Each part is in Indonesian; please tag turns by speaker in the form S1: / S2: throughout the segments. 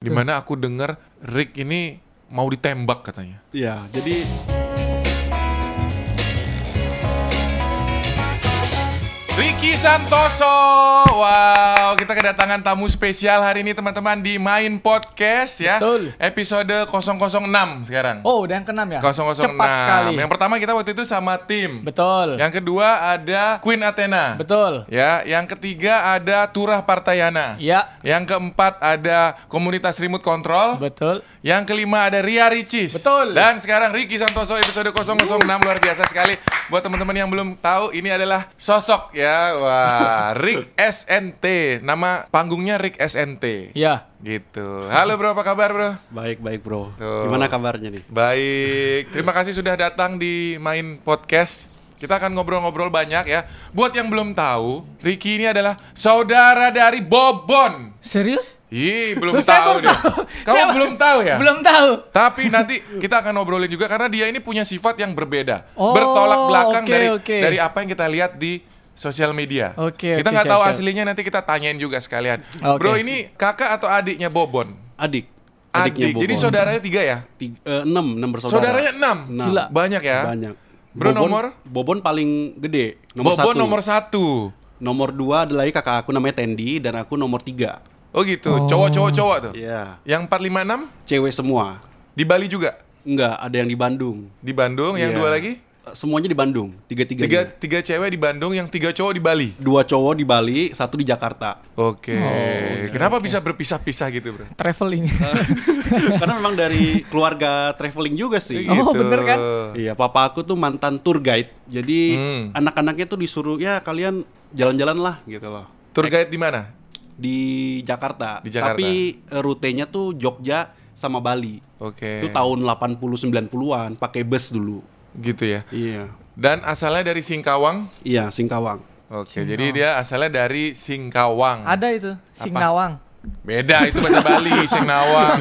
S1: Dimana aku dengar Rick ini mau ditembak katanya.
S2: Iya, jadi
S1: Ricky Santoso. Wow, kita kedatangan tamu spesial hari ini teman-teman di Main Podcast ya.
S3: Betul.
S1: Episode 006 sekarang.
S3: Oh, udah yang keenam ya?
S1: 006.
S3: Cepat sekali.
S1: Yang pertama kita waktu itu sama tim.
S3: Betul.
S1: Yang kedua ada Queen Athena.
S3: Betul.
S1: Ya, yang ketiga ada Turah Partayana.
S3: Ya.
S1: Yang keempat ada Komunitas Remote Control.
S3: Betul.
S1: Yang kelima ada Ria Ricis.
S3: Betul.
S1: Dan sekarang Ricky Santoso episode 006 luar biasa sekali. Buat teman-teman yang belum tahu ini adalah sosok ya. Wah, Rick SNT. Nama panggungnya Rick SNT.
S3: Ya.
S1: Gitu. Halo bro, apa kabar bro?
S2: baik-baik bro.
S1: Tuh.
S2: Gimana kabarnya nih?
S1: Baik. Terima kasih sudah datang di Main Podcast. Kita akan ngobrol-ngobrol banyak ya. Buat yang belum tahu, Ricky ini adalah saudara dari Bobon.
S3: Serius?
S1: Ih, belum
S3: Loh, saya
S1: tahu
S3: baru
S1: dia.
S3: tahu.
S1: Kamu
S3: Saya-
S1: belum tahu ya?
S3: Belum tahu.
S1: Tapi nanti kita akan ngobrolin juga karena dia ini punya sifat yang berbeda,
S3: Oh,
S1: bertolak belakang
S3: oke,
S1: dari
S3: oke.
S1: dari apa yang kita lihat di sosial media.
S3: Oke,
S1: kita
S3: oke,
S1: nggak
S3: siap,
S1: tahu
S3: siap.
S1: aslinya nanti kita tanyain juga sekalian.
S3: Oke.
S1: Bro ini kakak atau adiknya Bobon?
S2: Adik.
S1: Adik. Jadi
S2: Bobon.
S1: saudaranya tiga ya?
S2: Tiga, eh, enam, enam bersaudara.
S1: Saudaranya enam.
S2: Enam.
S3: Gila.
S1: Banyak ya.
S2: Banyak.
S1: Bro, nomor?
S2: Bobon paling gede.
S1: Bobon
S2: Nomor satu.
S1: nomor satu.
S2: Nomor dua ada lagi kakak aku namanya Tendi dan aku nomor tiga.
S1: Oh gitu. Cowok-cowok-cowok tuh.
S2: Iya.
S1: Yang 456
S2: Cewek semua.
S1: di Bali juga.
S2: Enggak, ada yang di Bandung.
S1: Di Bandung, yang
S2: Iya.
S1: dua lagi?
S2: Eh, Semuanya di Bandung. Tiga-tiga.
S1: Tiga, tiga cewek di Bandung, yang tiga cowok di Bali.
S2: Dua cowok di Bali, satu di Jakarta.
S1: Oke.
S3: Oh,
S1: Kenapa bisa berpisah-pisah gitu, Bro?
S3: Traveling.
S2: Karena memang dari keluarga traveling juga sih.
S3: Oh,
S1: gitu.
S3: bener kan?
S2: Iya, papa aku tuh mantan tour guide. Jadi
S1: Hmm.
S2: anak-anaknya tuh disuruh ya kalian jalan-jalan lah gitu loh.
S1: Tour guide di mana?
S2: Di Jakarta.
S1: Di Jakarta.
S2: Tapi eh, rutenya tuh Jogja sama Bali.
S1: Oke.
S2: Itu tahun 80-90-an pakai bus dulu.
S1: Gitu ya.
S2: Iya.
S1: Dan asalnya dari Singkawang.
S2: Iya, Singkawang.
S1: Oke, jadi dia asalnya dari Singkawang.
S3: Ada itu, Singawang.
S1: Beda itu bahasa Bali, Sengnawang.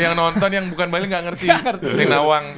S1: yang nonton yang bukan Bali nggak ngerti. Sengnawang.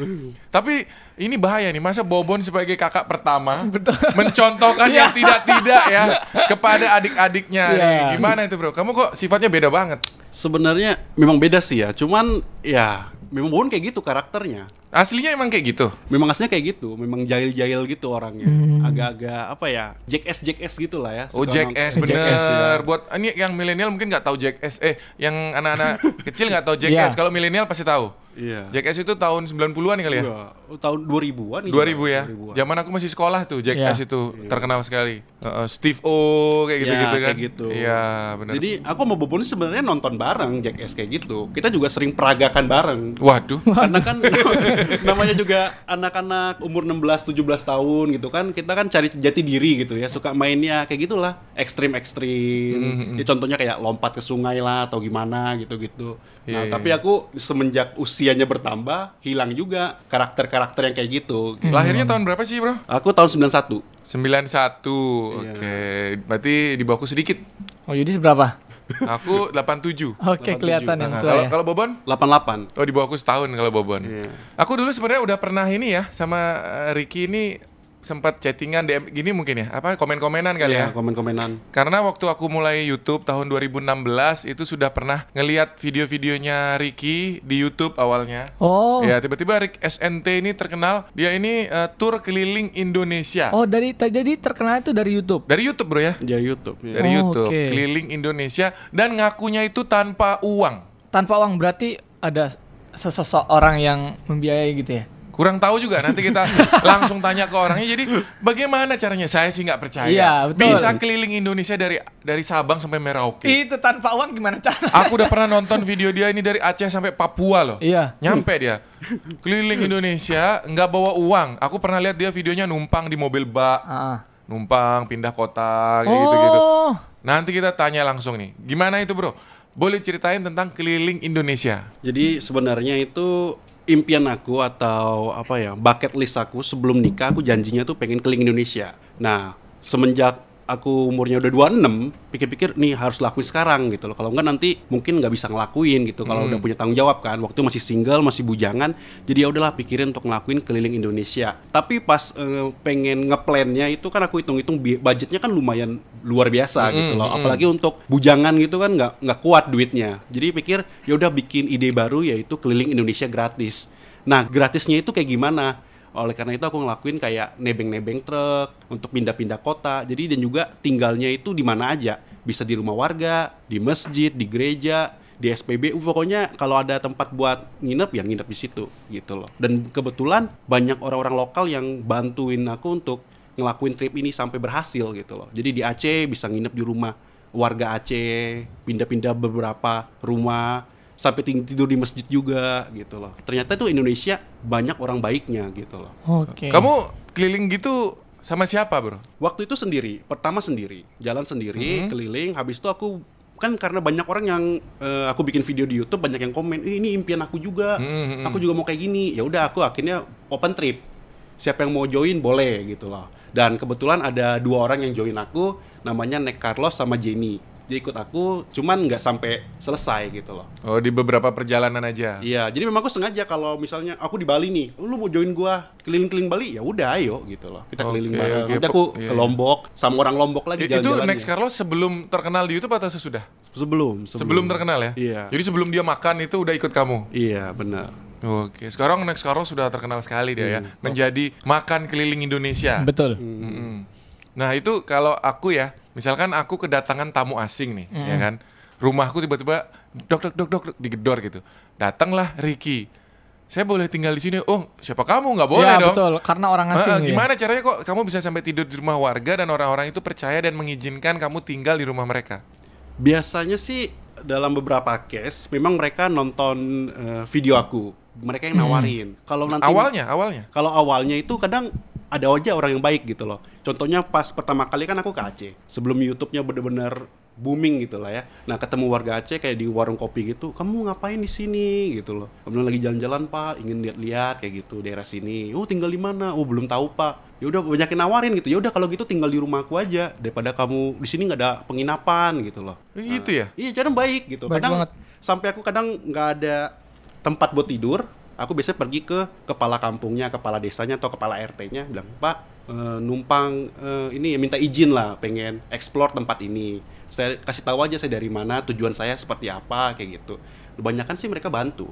S1: Tapi ini bahaya nih, masa Bobon sebagai kakak pertama mencontohkan yang tidak-tidak ya kepada adik-adiknya.
S3: Iya.
S1: nih. Gimana itu, Bro? Kamu kok sifatnya beda banget?
S2: Sebenarnya memang beda sih ya. Cuman ya memang Bobon kayak gitu karakternya.
S1: Aslinya emang kayak gitu.
S2: Memang aslinya kayak gitu, memang jahil-jahil gitu orangnya. Agak-agak apa ya? Jackass jackass gitu lah ya.
S1: Oh
S2: Suka
S1: Jack
S2: nong-
S1: S
S2: Jackass,
S1: bener.
S2: ya.
S1: Buat ini yang milenial mungkin nggak tahu Jack S. Eh, yang anak-anak kecil nggak tahu Jack
S3: Iya.
S1: S. Kalau milenial pasti tahu.
S2: Iya.
S1: Jack S itu tahun 90-an kali ya.
S2: Iya, tahun 2000-an
S1: 2000
S2: itu.
S1: ya.
S2: 2000-an.
S1: Zaman aku masih sekolah tuh Jack
S3: Iya.
S1: S itu terkenal sekali. Heeh, Steve O kayak gitu-gitu
S2: Ya,
S1: kan.
S2: kayak gitu.
S1: Iya, benar.
S2: Jadi aku sama Bobon sebenarnya nonton bareng Jack S kayak gitu. Kita juga sering peragakan bareng.
S1: waduh.
S2: Karena kan namanya juga anak-anak umur 16 17 tahun gitu kan. Kita kan cari jati diri gitu ya. Suka mainnya kayak gitulah, ekstrim-ekstrim.
S1: Hmm,
S2: Ya contohnya kayak lompat ke sungai lah atau gimana gitu-gitu.
S1: Iya,
S2: Nah,
S1: iya.
S2: tapi aku semenjak usianya bertambah, hilang juga karakter-karakter yang kayak gitu.
S1: Lahirnya tahun berapa sih, Bro?
S2: Aku tahun 91.
S1: 91.
S2: Iya.
S1: Oke. Berarti di bawahku sedikit.
S3: Oh, Yudi seberapa?
S1: Aku 87.
S3: Oke,
S2: 87.
S3: kelihatan yang
S1: Nah,
S3: tua
S1: kalau
S3: ya.
S1: kalau Bobon?
S2: 88.
S1: Oh di bawah aku setahun kalau Bobon.
S2: Iya.
S1: Aku dulu sebenarnya udah pernah ini ya sama eh, Ricky ini sempat chattingan DM gini mungkin ya apa komen-komenan kali ya.
S2: Ya, komen-komenan.
S1: Karena waktu aku mulai YouTube tahun 2016 itu sudah pernah ngeliat video-videonya Ricky di YouTube awalnya.
S3: Oh.
S1: Ya tiba-tiba Rick SNT ini terkenal dia ini eh, tour keliling Indonesia
S3: Oh, dari t- jadi terkenal itu dari YouTube.
S1: dari YouTube bro ya
S2: Dari YouTube. ya.
S1: dari
S3: Oh,
S1: YouTube
S3: oke.
S1: keliling Indonesia dan ngakunya itu tanpa uang.
S3: Tanpa uang berarti ada sesosok orang yang membiayai gitu ya.
S1: Kurang tahu juga nanti kita langsung tanya ke orangnya. Jadi bagaimana caranya? Saya sih nggak percaya.
S3: Iya, betul. Iya.
S1: Bisa keliling Indonesia dari dari Sabang sampai Merauke.
S3: Itu tanpa uang gimana cara?
S1: Aku udah pernah nonton video dia ini dari Aceh sampai Papua loh.
S3: Iya.
S1: Nyampe dia. Keliling Indonesia nggak bawa uang. Aku pernah lihat dia videonya numpang di mobil bak,
S3: Ah.
S1: numpang pindah kota kayak gitu-gitu.
S3: Oh.
S1: Nanti kita tanya langsung nih. Gimana itu, Bro? Boleh ceritain tentang keliling Indonesia?
S2: Jadi sebenarnya itu impian aku atau apa ya bucket list aku sebelum nikah aku janjinya tuh pengen keliling Indonesia. Nah semenjak aku umurnya udah 26, pikir-pikir nih harus lakuin sekarang gitu loh. Kalau enggak nanti mungkin nggak bisa ngelakuin gitu. Kalau udah punya tanggung jawab kan, waktu itu masih single, masih bujangan, jadi ya udahlah pikirin untuk ngelakuin keliling Indonesia. Tapi pas eh, pengen ngeplannya itu kan aku hitung-hitung bi- budgetnya kan lumayan luar biasa gitu loh. Apalagi untuk bujangan gitu kan nggak nggak kuat duitnya. Jadi pikir ya udah bikin ide baru yaitu keliling Indonesia gratis. Nah, gratisnya itu kayak gimana? Oleh karena itu aku ngelakuin kayak nebeng-nebeng truk untuk pindah-pindah kota. Jadi dan juga tinggalnya itu di mana aja. Bisa di rumah warga, di masjid, di gereja, di SPBU pokoknya kalau ada tempat buat nginep ya nginep di situ gitu loh. Dan kebetulan banyak orang-orang lokal yang bantuin aku untuk ngelakuin trip ini sampai berhasil gitu loh. Jadi di Aceh bisa nginep di rumah warga Aceh, pindah-pindah beberapa rumah sampai ting- tidur di masjid juga gitu loh. Ternyata tuh Indonesia banyak orang baiknya gitu loh.
S3: Oke.
S1: Kamu keliling gitu sama siapa, Bro?
S2: Waktu itu sendiri, pertama sendiri, jalan
S1: Hmm.
S2: sendiri, keliling. Habis itu aku kan karena banyak orang yang eh, aku bikin video di YouTube banyak yang komen, "Ih, ini impian aku juga.
S1: Hmm, hmm,
S2: Aku juga mau kayak gini." Ya udah aku akhirnya open trip. Siapa yang mau join boleh gitu loh. Dan kebetulan ada dua orang yang join aku, namanya Nek Carlos sama Jenny. Dia ikut aku, cuman nggak sampai selesai gitu loh.
S1: Oh, di beberapa perjalanan aja.
S2: Iya, jadi memang aku sengaja kalau misalnya aku di Bali nih, lu mau join gua keliling-keliling Bali, ya udah ayo gitu loh. Kita
S1: Oke,
S2: keliling bareng.
S1: oke,
S2: Nanti
S1: pe-
S2: aku
S1: iya,
S2: ke
S1: iya.
S2: Lombok sama orang Lombok lagi
S1: I- Itu
S2: jalan-jalan.
S1: Next Carlos sebelum terkenal di YouTube atau sesudah?
S2: sebelum, sebelum
S1: Sebelum terkenal ya?
S2: Iya.
S1: Jadi sebelum dia makan itu udah ikut kamu?
S2: Iya, benar.
S1: Oke, sekarang Next Carlos sudah terkenal sekali
S2: Iya.
S1: dia ya. Menjadi makan keliling Indonesia.
S3: Betul.
S1: Mm-mm. Nah itu kalau aku ya, misalkan aku kedatangan tamu asing nih, ya kan, rumahku tiba-tiba dok dok dok dok dok, digedor gitu, datanglah Ricky, saya boleh tinggal di sini? Oh siapa kamu nggak boleh
S2: Iya,
S3: ya,
S1: dong?
S3: betul. Karena orang
S1: Ah,
S3: asing.
S1: ah,
S3: ya.
S1: gimana caranya kok kamu bisa sampai tidur di rumah warga dan orang-orang itu percaya dan mengizinkan kamu tinggal di rumah mereka?
S2: Biasanya sih dalam beberapa case memang mereka nonton eh, video aku. Mereka yang nawarin. Kalau nanti
S1: Hmm. Awalnya, awalnya.
S2: kalau awalnya itu kadang ada aja orang yang baik gitu loh. Contohnya pas pertama kali kan aku ke Aceh, sebelum YouTube-nya bener-bener booming gitu lah ya. Nah ketemu warga Aceh kayak di warung kopi gitu, kamu ngapain di sini gitu loh. Kemudian lagi jalan-jalan pak, ingin lihat-lihat kayak gitu daerah sini. Oh tinggal di mana? Oh belum tahu pak. Ya udah banyakin nawarin gitu. Ya udah kalau gitu tinggal di rumah aku aja daripada kamu di sini nggak ada penginapan gitu loh.
S1: Gitu ya.
S2: Iya, jarang baik gitu.
S3: Baik
S2: kadang
S3: banget.
S2: sampai aku kadang nggak ada tempat buat tidur, aku biasanya pergi ke kepala kampungnya, kepala desanya atau kepala RT-nya bilang, "Pak, eh, numpang eh, ini ya minta izin lah, pengen explore tempat ini. Saya kasih tahu aja saya dari mana, tujuan saya seperti apa kayak gitu." Kebanyakan sih mereka bantu.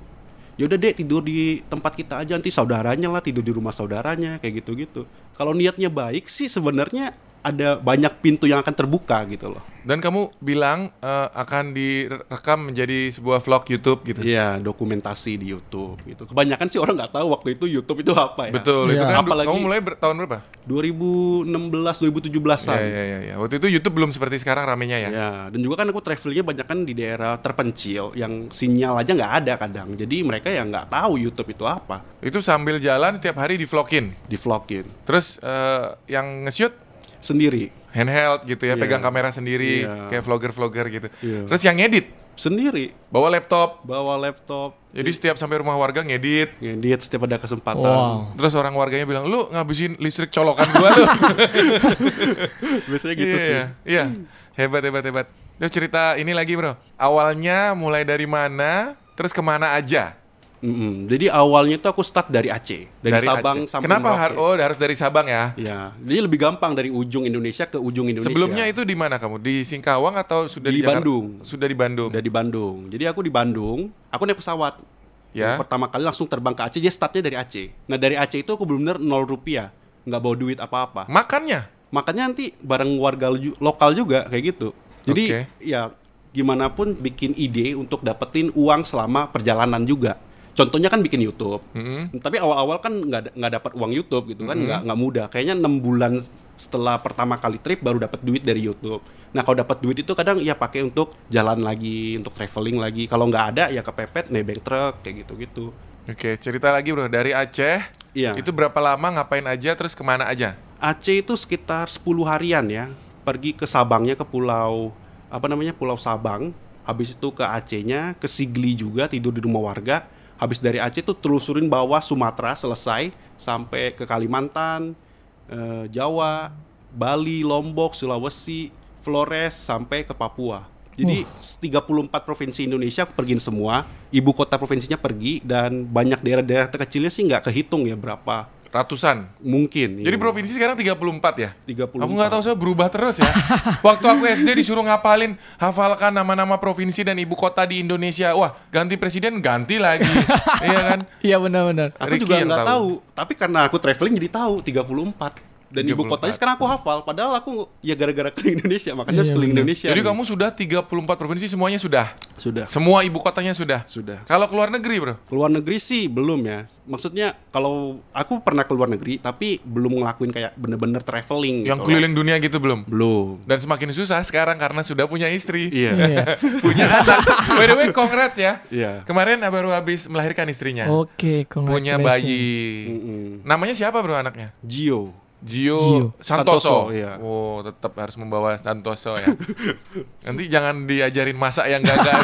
S2: Ya udah deh tidur di tempat kita aja nanti saudaranya lah tidur di rumah saudaranya kayak gitu-gitu. Kalau niatnya baik sih sebenarnya ada banyak pintu yang akan terbuka gitu loh.
S1: Dan kamu bilang eh, akan direkam menjadi sebuah vlog YouTube gitu.
S2: Iya, dokumentasi di YouTube gitu. Kebanyakan sih orang nggak tahu waktu itu YouTube itu apa ya.
S1: Betul, itu
S3: Iya.
S1: kan du-
S2: Apalagi-
S1: kamu mulai ber- tahun berapa?
S2: 2016 2017-an.
S1: Ya, ya, ya, ya. Waktu itu YouTube belum seperti sekarang ramenya ya.
S2: Ya, dan juga kan aku travelingnya banyak kan di daerah terpencil yang sinyal aja nggak ada kadang. Jadi mereka ya nggak tahu YouTube itu apa.
S1: Itu sambil jalan setiap hari di vlogin.
S2: Di vlogin
S1: Terus eh, yang nge-shoot
S2: sendiri,
S1: handheld gitu ya,
S2: Iya.
S1: pegang kamera sendiri
S2: Iya.
S1: kayak vlogger-vlogger gitu.
S2: Iya.
S1: Terus yang ngedit
S2: sendiri
S1: bawa laptop.
S2: bawa laptop,
S1: Jadi setiap sampai rumah warga ngedit.
S2: ngedit setiap ada kesempatan.
S3: Wow.
S1: Terus orang warganya bilang, "Lu ngabisin listrik colokan gua lu."
S2: Biasanya gitu
S1: Iya,
S2: sih.
S1: Iya, iya. Hebat, hebat, hebat. Terus cerita ini lagi, Bro. Awalnya mulai dari mana? Terus kemana aja?
S2: Mm-mm. Jadi awalnya tuh aku start dari Aceh, dari, Sabang
S1: Aceh.
S2: sampai
S1: Kenapa
S2: Merauke.
S1: har- oh harus dari Sabang ya?
S2: Ya, jadi lebih gampang dari ujung Indonesia ke ujung Indonesia.
S1: Sebelumnya itu di mana kamu? Di Singkawang atau sudah di,
S2: Di
S1: Jakarta?
S2: Bandung.
S1: Sudah di Bandung.
S2: Udah di Bandung. Jadi aku di Bandung, aku naik pesawat.
S1: Ya.
S2: Yang Pertama kali langsung terbang ke Aceh, dia startnya dari Aceh. Nah dari Aceh itu aku benar-benar nol rupiah, nggak bawa duit apa-apa.
S1: Makannya?
S2: Makanya nanti bareng warga lu- lokal juga kayak gitu. Jadi
S1: Oke.
S2: ya gimana pun bikin ide untuk dapetin uang selama perjalanan juga. Contohnya kan bikin YouTube.
S1: Mm-mm.
S2: Tapi awal-awal kan nggak da- nggak dapat uang YouTube gitu
S1: Mm-hmm.
S2: kan nggak nggak mudah. Kayaknya enam bulan setelah pertama kali trip baru dapat duit dari YouTube. Nah kalau dapat duit itu kadang ya pakai untuk jalan lagi, untuk traveling lagi. Kalau nggak ada ya kepepet nebeng truk kayak gitu-gitu.
S1: Oke, cerita lagi bro. Dari Aceh,
S2: Iya.
S1: itu berapa lama, ngapain aja, terus kemana aja?
S2: Aceh itu sekitar 10 harian ya. Pergi ke Sabangnya ke pulau apa namanya Pulau Sabang. Habis itu ke Acehnya, ke Sigli juga tidur di rumah warga. Habis dari Aceh tuh telusurin bawah Sumatera selesai sampai ke Kalimantan, eh, Jawa, Bali, Lombok, Sulawesi, Flores sampai ke Papua. Jadi 34 provinsi Indonesia aku pergiin semua, ibu kota provinsinya pergi dan banyak daerah-daerah terkecilnya sih nggak kehitung ya berapa
S1: Ratusan.
S2: mungkin.
S1: Jadi
S2: iya.
S1: provinsi sekarang 34 ya?
S2: 34.
S1: Aku nggak tahu saya berubah terus ya. Waktu aku SD disuruh ngapalin hafalkan nama-nama provinsi dan ibu kota di Indonesia. Wah, ganti presiden ganti lagi. iya kan?
S3: Iya benar-benar.
S2: Aku
S1: Ricky
S2: juga
S1: yang
S2: nggak
S1: tahu.
S2: tahu. tapi karena aku traveling jadi tahu 34 dan ibu
S1: 34.
S2: kotanya sekarang aku hafal padahal aku ya gara-gara keliling Indonesia makanya harus
S3: Iya,
S2: keliling
S3: benar.
S2: Indonesia.
S1: Jadi
S2: nih.
S1: kamu sudah 34 provinsi semuanya sudah.
S2: sudah
S1: Semua ibu kotanya sudah.
S2: sudah
S1: Kalau keluar negeri, Bro.
S2: Keluar negeri sih belum ya. Maksudnya kalau aku pernah keluar negeri tapi belum ngelakuin kayak bener-bener traveling.
S1: Yang
S2: gitu.
S1: keliling dunia gitu belum?
S2: Belum.
S1: Dan semakin susah sekarang karena sudah punya istri.
S2: Iya.
S3: Iya.
S1: Punya anak. By the way, congrats ya.
S2: Iya.
S1: Kemarin baru habis melahirkan istrinya.
S3: Oke,
S1: Iya. punya
S3: Oh, congratulations.
S1: bayi.
S2: Mm-mm.
S1: Namanya siapa, Bro, anaknya?
S2: Gio.
S1: Gio,
S3: Gio.
S1: Santoso.
S2: Santoso, iya.
S1: Oh, tetap harus membawa Santoso ya. nanti jangan diajarin masak yang gagal.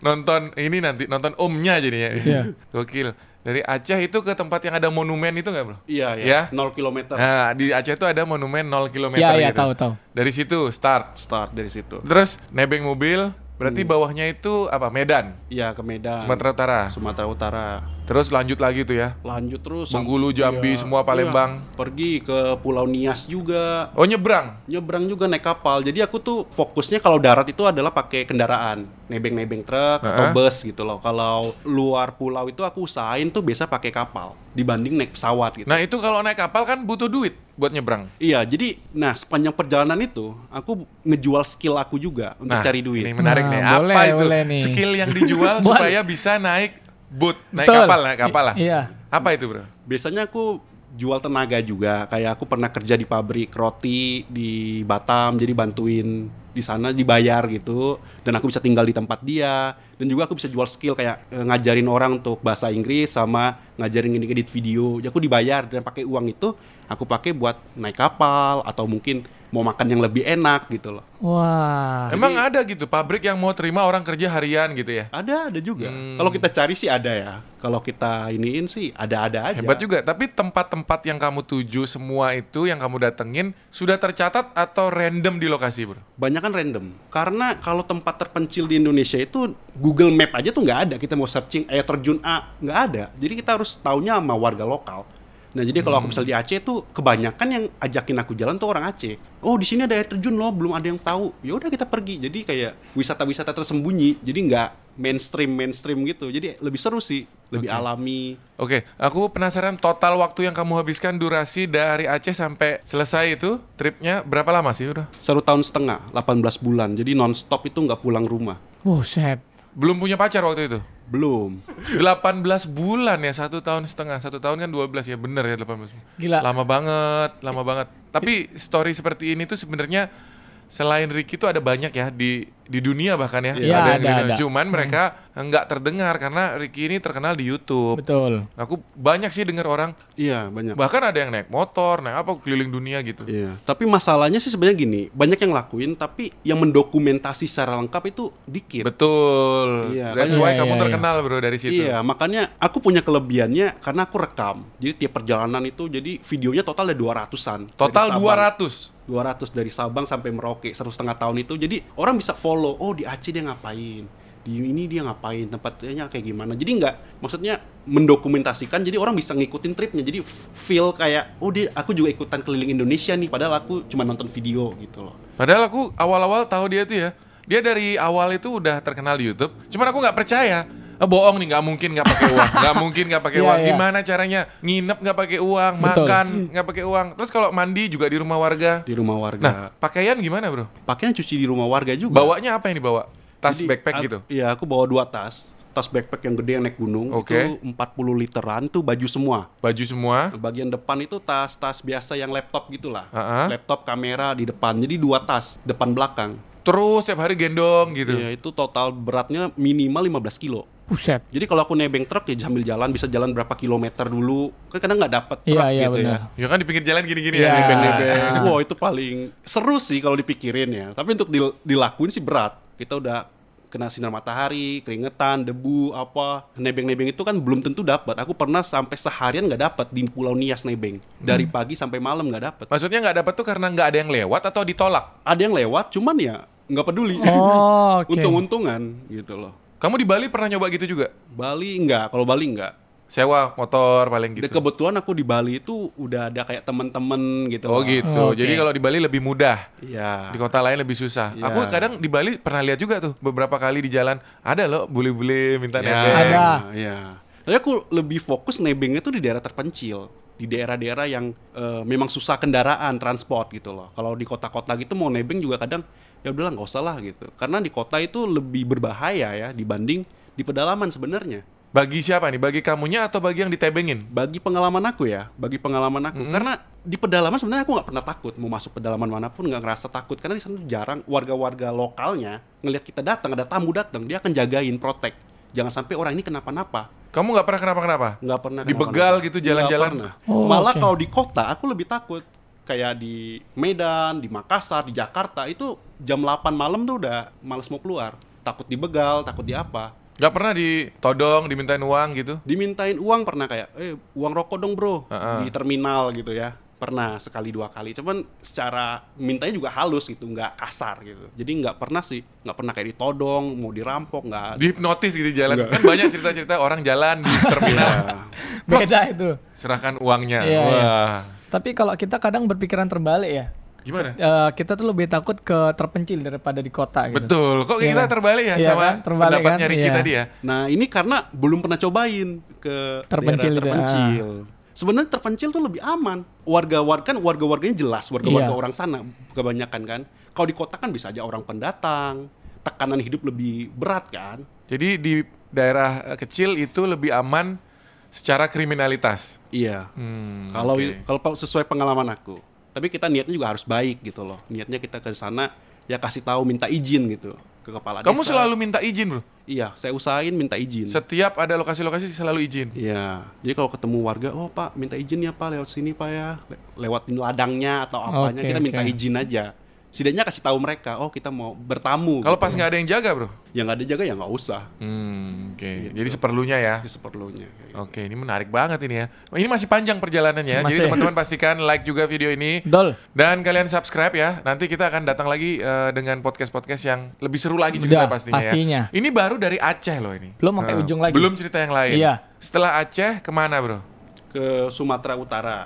S1: nonton ini nanti nonton omnya jadinya.
S3: Iya.
S1: Gokil. Dari Aceh itu ke tempat yang ada monumen itu nggak, Bro?
S2: Iya, iya.
S1: Ya?
S2: 0 km
S1: Nah, di Aceh itu ada monumen 0 km
S3: Iya, iya,
S1: gitu.
S3: tahu, tahu.
S1: Dari situ start.
S2: start dari situ.
S1: Terus nebeng mobil, berarti
S2: Hmm.
S1: bawahnya itu apa? Medan,
S2: Iya, ke Medan.
S1: Sumatera Utara.
S2: Sumatera Utara.
S1: Terus lanjut lagi tuh ya.
S2: Lanjut terus sam-
S1: Bengkulu, Jambi,
S2: Iya,
S1: semua Palembang.
S2: iya. Pergi ke Pulau Nias juga.
S1: Oh, nyebrang.
S2: Nyebrang juga naik kapal. Jadi aku tuh fokusnya kalau darat itu adalah pakai kendaraan, nebeng-nebeng truk atau
S1: Heeh.
S2: bus gitu loh. Kalau luar pulau itu aku usahain tuh biasa pakai kapal dibanding naik pesawat gitu.
S1: Nah, itu kalau naik kapal kan butuh duit buat nyebrang.
S2: Iya, jadi nah sepanjang perjalanan itu aku ngejual skill aku juga untuk
S1: Nah,
S2: cari duit.
S1: Ini menarik
S3: Nah,
S1: nih. Apa
S3: boleh,
S1: itu
S3: boleh nih.
S1: skill yang dijual
S3: Boleh.
S1: supaya bisa naik boat, naik
S3: Betul.
S1: kapal, naik kapal lah.
S3: I- Iya.
S1: Apa itu, Bro?
S2: Biasanya aku jual tenaga juga. Kayak aku pernah kerja di pabrik roti di Batam, jadi bantuin di sana dibayar gitu dan aku bisa tinggal di tempat dia dan juga aku bisa jual skill kayak eh, ngajarin orang untuk bahasa Inggris sama ngajarin ngedit video. Jadi aku dibayar dan pakai uang itu aku pakai buat naik kapal atau mungkin mau makan yang lebih enak gitu loh.
S3: Wah.
S1: Emang ada gitu pabrik yang mau terima orang kerja harian gitu ya?
S2: Ada, ada juga.
S1: Hmm.
S2: Kalau kita cari sih ada ya. Kalau kita iniin sih ada-ada aja.
S1: Hebat juga, tapi tempat-tempat yang kamu tuju semua itu yang kamu datengin sudah tercatat atau random di lokasi, Bro?
S2: Banyak kan random. Karena kalau tempat terpencil di Indonesia itu Google Map aja tuh nggak ada. Kita mau searching air terjun A nggak ada. Jadi kita harus taunya sama warga lokal. Nah jadi kalau aku misal di Aceh tuh kebanyakan yang ajakin aku jalan tuh orang Aceh. Oh di sini ada air terjun loh, belum ada yang tahu. Ya udah kita pergi. Jadi kayak wisata-wisata tersembunyi. Jadi nggak mainstream mainstream gitu. Jadi lebih seru sih, lebih alami.
S1: Oke, aku penasaran total waktu yang kamu habiskan durasi dari Aceh sampai selesai itu tripnya berapa lama sih, Bro?
S2: Satu tahun setengah, 18 bulan. Jadi nonstop itu nggak pulang rumah.
S3: Buset.
S1: Belum punya pacar waktu itu?
S2: Belum.
S1: 18 bulan ya, satu tahun setengah. Satu tahun kan 12 ya, bener ya 18.
S3: Gila.
S1: Lama banget, lama banget. Tapi story seperti ini tuh sebenarnya selain Ricky tuh ada banyak ya di di dunia bahkan ya. yang
S3: Iya,
S1: di
S3: ada,
S1: dunia.
S3: ada.
S1: Cuman mereka nggak terdengar karena Ricky ini terkenal di YouTube.
S3: Betul.
S1: Aku banyak sih dengar orang,
S2: Iya, banyak.
S1: bahkan ada yang naik motor, naik apa keliling dunia gitu.
S2: Iya, tapi masalahnya sih sebenarnya gini, banyak yang lakuin tapi yang mendokumentasi secara lengkap itu dikit.
S1: Betul.
S2: Iya,
S1: That's
S3: kan-
S1: why
S3: Iya,
S1: kamu
S3: iya, iya.
S1: terkenal bro dari situ.
S2: Iya, makanya aku punya kelebihannya karena aku rekam. Jadi tiap perjalanan itu jadi videonya total ada 200-an.
S1: Total
S2: Dari Sabang.
S1: 200.
S2: 200 dari Sabang sampai Merauke satu setengah tahun itu. Jadi orang bisa follow, oh di Aceh dia ngapain, di ini dia ngapain, tempatnya kayak gimana. Jadi nggak, maksudnya mendokumentasikan. Jadi orang bisa ngikutin tripnya. Jadi f- feel kayak, oh dia, aku juga ikutan keliling Indonesia nih. Padahal aku cuma nonton video gitu loh.
S1: Padahal aku awal-awal tahu dia tuh ya. Dia dari awal itu udah terkenal di YouTube. Cuman aku nggak percaya. Eh, bohong nih, nggak mungkin nggak pakai uang, nggak mungkin nggak pakai
S3: Iya,
S1: uang.
S3: iya.
S1: Gimana caranya nginep nggak pakai uang,
S3: Betul.
S1: makan nggak pakai uang. Terus kalau mandi juga di rumah warga.
S2: Di rumah warga.
S3: Iya.
S1: Nah, pakaian gimana bro?
S2: pakaian cuci di rumah warga juga.
S1: Bawanya apa yang dibawa? Tas
S2: Jadi,
S1: backpack
S2: aku-
S1: gitu.
S2: Iya, aku bawa dua tas. Tas backpack yang gede yang naik gunung
S1: Oke.
S2: itu 40 literan tuh baju semua.
S1: Baju semua.
S2: Bagian depan itu tas-tas biasa yang laptop gitulah.
S1: Ha-ha.
S2: Laptop, kamera di depan. Jadi dua tas, depan belakang.
S1: Terus tiap hari gendong gitu.
S2: Iya, itu total beratnya minimal 15 kilo.
S3: Buset.
S2: Jadi kalau aku nebeng truk ya sambil jalan bisa jalan berapa kilometer dulu. Kan kadang nggak dapat truk
S3: Iya, iya
S2: gitu
S3: benar.
S2: ya.
S1: Ya kan di pinggir jalan gini-gini
S3: Iya.
S1: ya.
S2: nebeng-nebeng.
S3: Ah.
S2: Wow, itu paling seru sih kalau dipikirin ya. Tapi untuk dil- dilakuin sih berat. Kita udah kena sinar matahari, keringetan, debu, apa nebeng-nebeng itu kan belum tentu dapat. Aku pernah sampai seharian nggak dapat di Pulau Nias nebeng dari
S1: Hmm.
S2: pagi sampai malam nggak dapat.
S1: Maksudnya nggak dapat tuh karena nggak ada yang lewat atau ditolak.
S2: Ada yang lewat, cuman ya nggak peduli.
S3: Oh, oke.
S2: Untung-untungan gitu loh.
S1: Kamu di Bali pernah nyoba gitu juga?
S2: Bali nggak, kalau Bali nggak.
S1: Sewa motor paling gitu.
S2: Dan kebetulan aku di Bali itu udah ada kayak temen-temen gitu.
S1: Oh
S2: loh.
S1: gitu.
S3: Oh, oke.
S1: Jadi kalau di Bali lebih mudah.
S2: Iya.
S1: Di kota lain lebih susah.
S2: Iya.
S1: Aku kadang di Bali pernah lihat juga tuh beberapa kali di jalan ada loh bule-bule minta
S2: Ya,
S1: nebeng.
S3: Ada.
S2: Ya. Tapi aku lebih fokus nebengnya tuh di daerah terpencil, di daerah-daerah yang eh, memang susah kendaraan, transport gitu loh. Kalau di kota-kota gitu mau nebeng juga kadang ya udahlah nggak usah lah gitu. Karena di kota itu lebih berbahaya ya dibanding di pedalaman sebenarnya.
S1: Bagi siapa nih? Bagi kamunya atau bagi yang ditebengin?
S2: Bagi pengalaman aku ya, bagi pengalaman aku, karena di pedalaman sebenarnya aku nggak pernah takut mau masuk pedalaman manapun nggak ngerasa takut karena di sana tuh jarang warga-warga lokalnya ngelihat kita datang ada tamu datang dia akan jagain protect jangan sampai orang ini kenapa-napa
S1: Kamu nggak pernah kenapa-kenapa?
S2: nggak pernah
S1: Dibegal
S2: kenapa-napa.
S1: gitu jalan-jalan?
S2: Nggak pernah.
S3: Oh,
S2: malah
S3: oke.
S2: kalau di kota aku lebih takut kayak di Medan di Makassar di Jakarta itu jam 8 malam tuh udah males mau keluar takut dibegal takut di apa
S1: Nggak pernah ditodong, dimintain uang gitu?
S2: dimintain uang pernah kayak eh uang rokok dong bro
S1: Heeh.
S2: di terminal gitu ya pernah sekali dua kali cuman secara mintanya juga halus gitu nggak kasar gitu jadi nggak pernah sih nggak pernah kayak ditodong mau dirampok nggak
S1: Dihipnotis gitu jalan.
S2: Nggak.
S1: Kan banyak cerita-cerita orang jalan di terminal.
S2: Ya.
S3: Beda itu.
S1: Serahkan uangnya.
S3: Iya,
S1: Wah.
S3: iya. Tapi kalau kita kadang berpikiran terbalik ya.
S1: Gimana?
S3: Eh, kita tuh lebih takut ke terpencil daripada di kota gitu.
S1: Betul. Kok
S3: Iya
S1: kita
S3: kan?
S1: terbalik ya
S3: Iya
S1: sama
S3: kan? Terbalik
S1: pendapatnya
S3: kan?
S1: Ricky
S3: Iya.
S1: tadi ya?
S2: Nah ini karena belum pernah cobain ke daerah
S3: Terpencil itu,
S2: terpencil. Sebenarnya terpencil tuh lebih aman. Warga-warga kan warga-warganya jelas warga-warga
S3: Iya.
S2: orang sana kebanyakan kan. Kalau di kota kan bisa aja orang pendatang, tekanan hidup lebih berat kan.
S1: Jadi di daerah eh, kecil itu lebih aman secara kriminalitas.
S2: Iya.
S1: Hmm,
S2: Kalau
S1: oke.
S2: kalau pa- sesuai pengalaman aku. Tapi kita niatnya juga harus baik gitu loh. Niatnya kita ke sana ya kasih tahu minta izin gitu ke kepala
S1: kamu
S2: desa.
S1: selalu minta izin, Bro.
S2: Iya, saya usahain minta izin.
S1: Setiap ada lokasi-lokasi selalu izin.
S2: Iya, jadi kalau ketemu warga, oh pak minta izin ya pak lewat sini pak ya, Le- lewatin ladangnya atau apanya
S3: Oke,
S2: kita minta
S3: oke.
S2: izin aja. Setidaknya kasih tahu mereka, oh kita mau bertamu.
S1: Kalau
S2: gitu.
S1: pas nggak ada yang jaga, Bro.
S2: yang nggak ada jaga ya nggak usah,
S1: Hmm, oke.
S2: Gitu.
S1: Jadi seperlunya ya.
S2: ya seperlunya. kayak gitu.
S1: Oke, ini menarik banget ini ya. Ini masih panjang perjalanannya. Jadi
S3: Masih.
S1: teman-teman pastikan like juga video ini
S3: Dol.
S1: dan kalian subscribe ya. Nanti kita akan datang lagi eh, dengan podcast-podcast yang lebih seru lagi juga
S3: Udah,
S1: pastinya. ya.
S3: pastinya.
S1: Ini baru dari Aceh loh ini.
S3: Belum sampai
S1: Eh,
S3: ujung lagi.
S1: Belum cerita yang lain.
S3: Iya.
S1: Setelah Aceh kemana bro?
S2: Ke Sumatera Utara,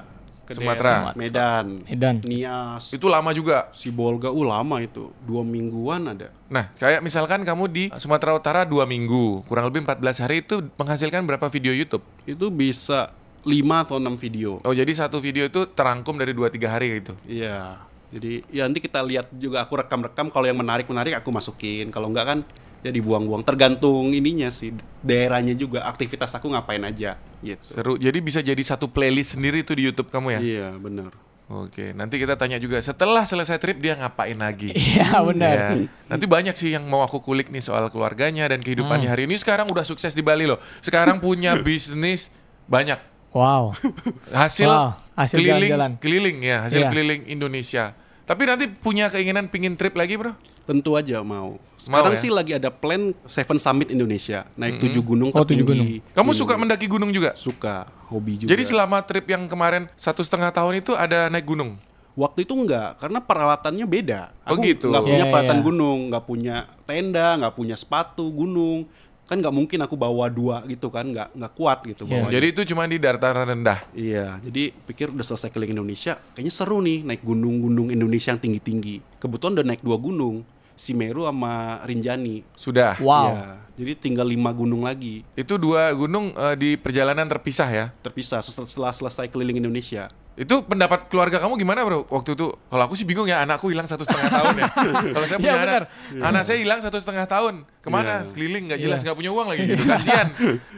S2: ke
S1: Sumatera.
S2: daerah Medan,
S3: Medan.
S2: Nias,
S1: Itu lama juga.
S2: Sibolga, uh lama itu, dua mingguan ada.
S1: Nah, kayak misalkan kamu di Sumatera Utara dua minggu, kurang lebih 14 hari itu menghasilkan berapa video YouTube?
S2: Itu bisa lima atau enam video.
S1: Oh, jadi satu video itu terangkum dari 2-3 hari gitu.
S2: Iya. Jadi ya nanti kita lihat juga aku rekam-rekam kalau yang menarik-menarik aku masukin. Kalau enggak kan ya dibuang-buang. Tergantung ininya sih daerahnya juga aktivitas aku ngapain aja gitu.
S1: Seru. Jadi bisa jadi satu playlist sendiri itu di YouTube kamu ya?
S2: Iya, bener
S1: Oke, nanti kita tanya juga setelah selesai trip dia ngapain lagi?
S3: Iya benar.
S1: Ya. Nanti banyak sih yang mau aku kulik nih soal keluarganya dan kehidupannya
S3: Hmm.
S1: hari ini. Sekarang udah sukses di Bali loh. Sekarang punya bisnis banyak.
S3: Wow.
S1: Hasil,
S3: Wow, hasil
S1: keliling
S3: jalan-jalan.
S1: keliling ya, hasil
S3: Iya.
S1: keliling Indonesia. Tapi nanti punya keinginan pingin trip lagi, Bro?
S2: Tentu aja mau.
S1: ya?
S2: Sekarang sih lagi ada plan Seven Summit Indonesia, naik tujuh gunung
S3: Oh, tujuh
S2: tertinggi.
S1: Kamu
S2: Di-
S1: suka mendaki gunung juga?
S2: suka hobi juga.
S1: Jadi selama trip yang kemarin satu setengah tahun itu ada naik gunung.
S2: Waktu itu enggak, karena peralatannya beda.
S1: Oh, gitu.
S2: Enggak punya
S3: Iya,
S2: peralatan
S3: iya.
S2: gunung, enggak punya tenda, enggak punya sepatu gunung. Kan enggak mungkin aku bawa dua gitu kan, enggak enggak kuat gitu
S3: Iya.
S2: bawanya.
S1: Jadi itu cuma di dataran rendah.
S2: Iya, jadi pikir udah selesai keliling Indonesia, kayaknya seru nih naik gunung-gunung Indonesia yang tinggi-tinggi. Kebetulan udah naik dua gunung, Simeru sama Rinjani.
S1: Sudah.
S3: Wow.
S2: Iya, jadi tinggal lima gunung lagi
S1: Itu dua gunung eh, di perjalanan terpisah ya.
S2: terpisah setel- setelah selesai keliling Indonesia.
S1: Itu pendapat keluarga kamu gimana bro? Waktu itu, kalau aku sih bingung ya anakku hilang satu setengah tahun ya. Kalau saya punya
S3: Iya,
S1: anak,
S3: benar.
S1: anak saya hilang satu setengah tahun. Kemana?
S2: Iya.
S1: Keliling nggak jelas, nggak punya uang lagi gitu. Kasian.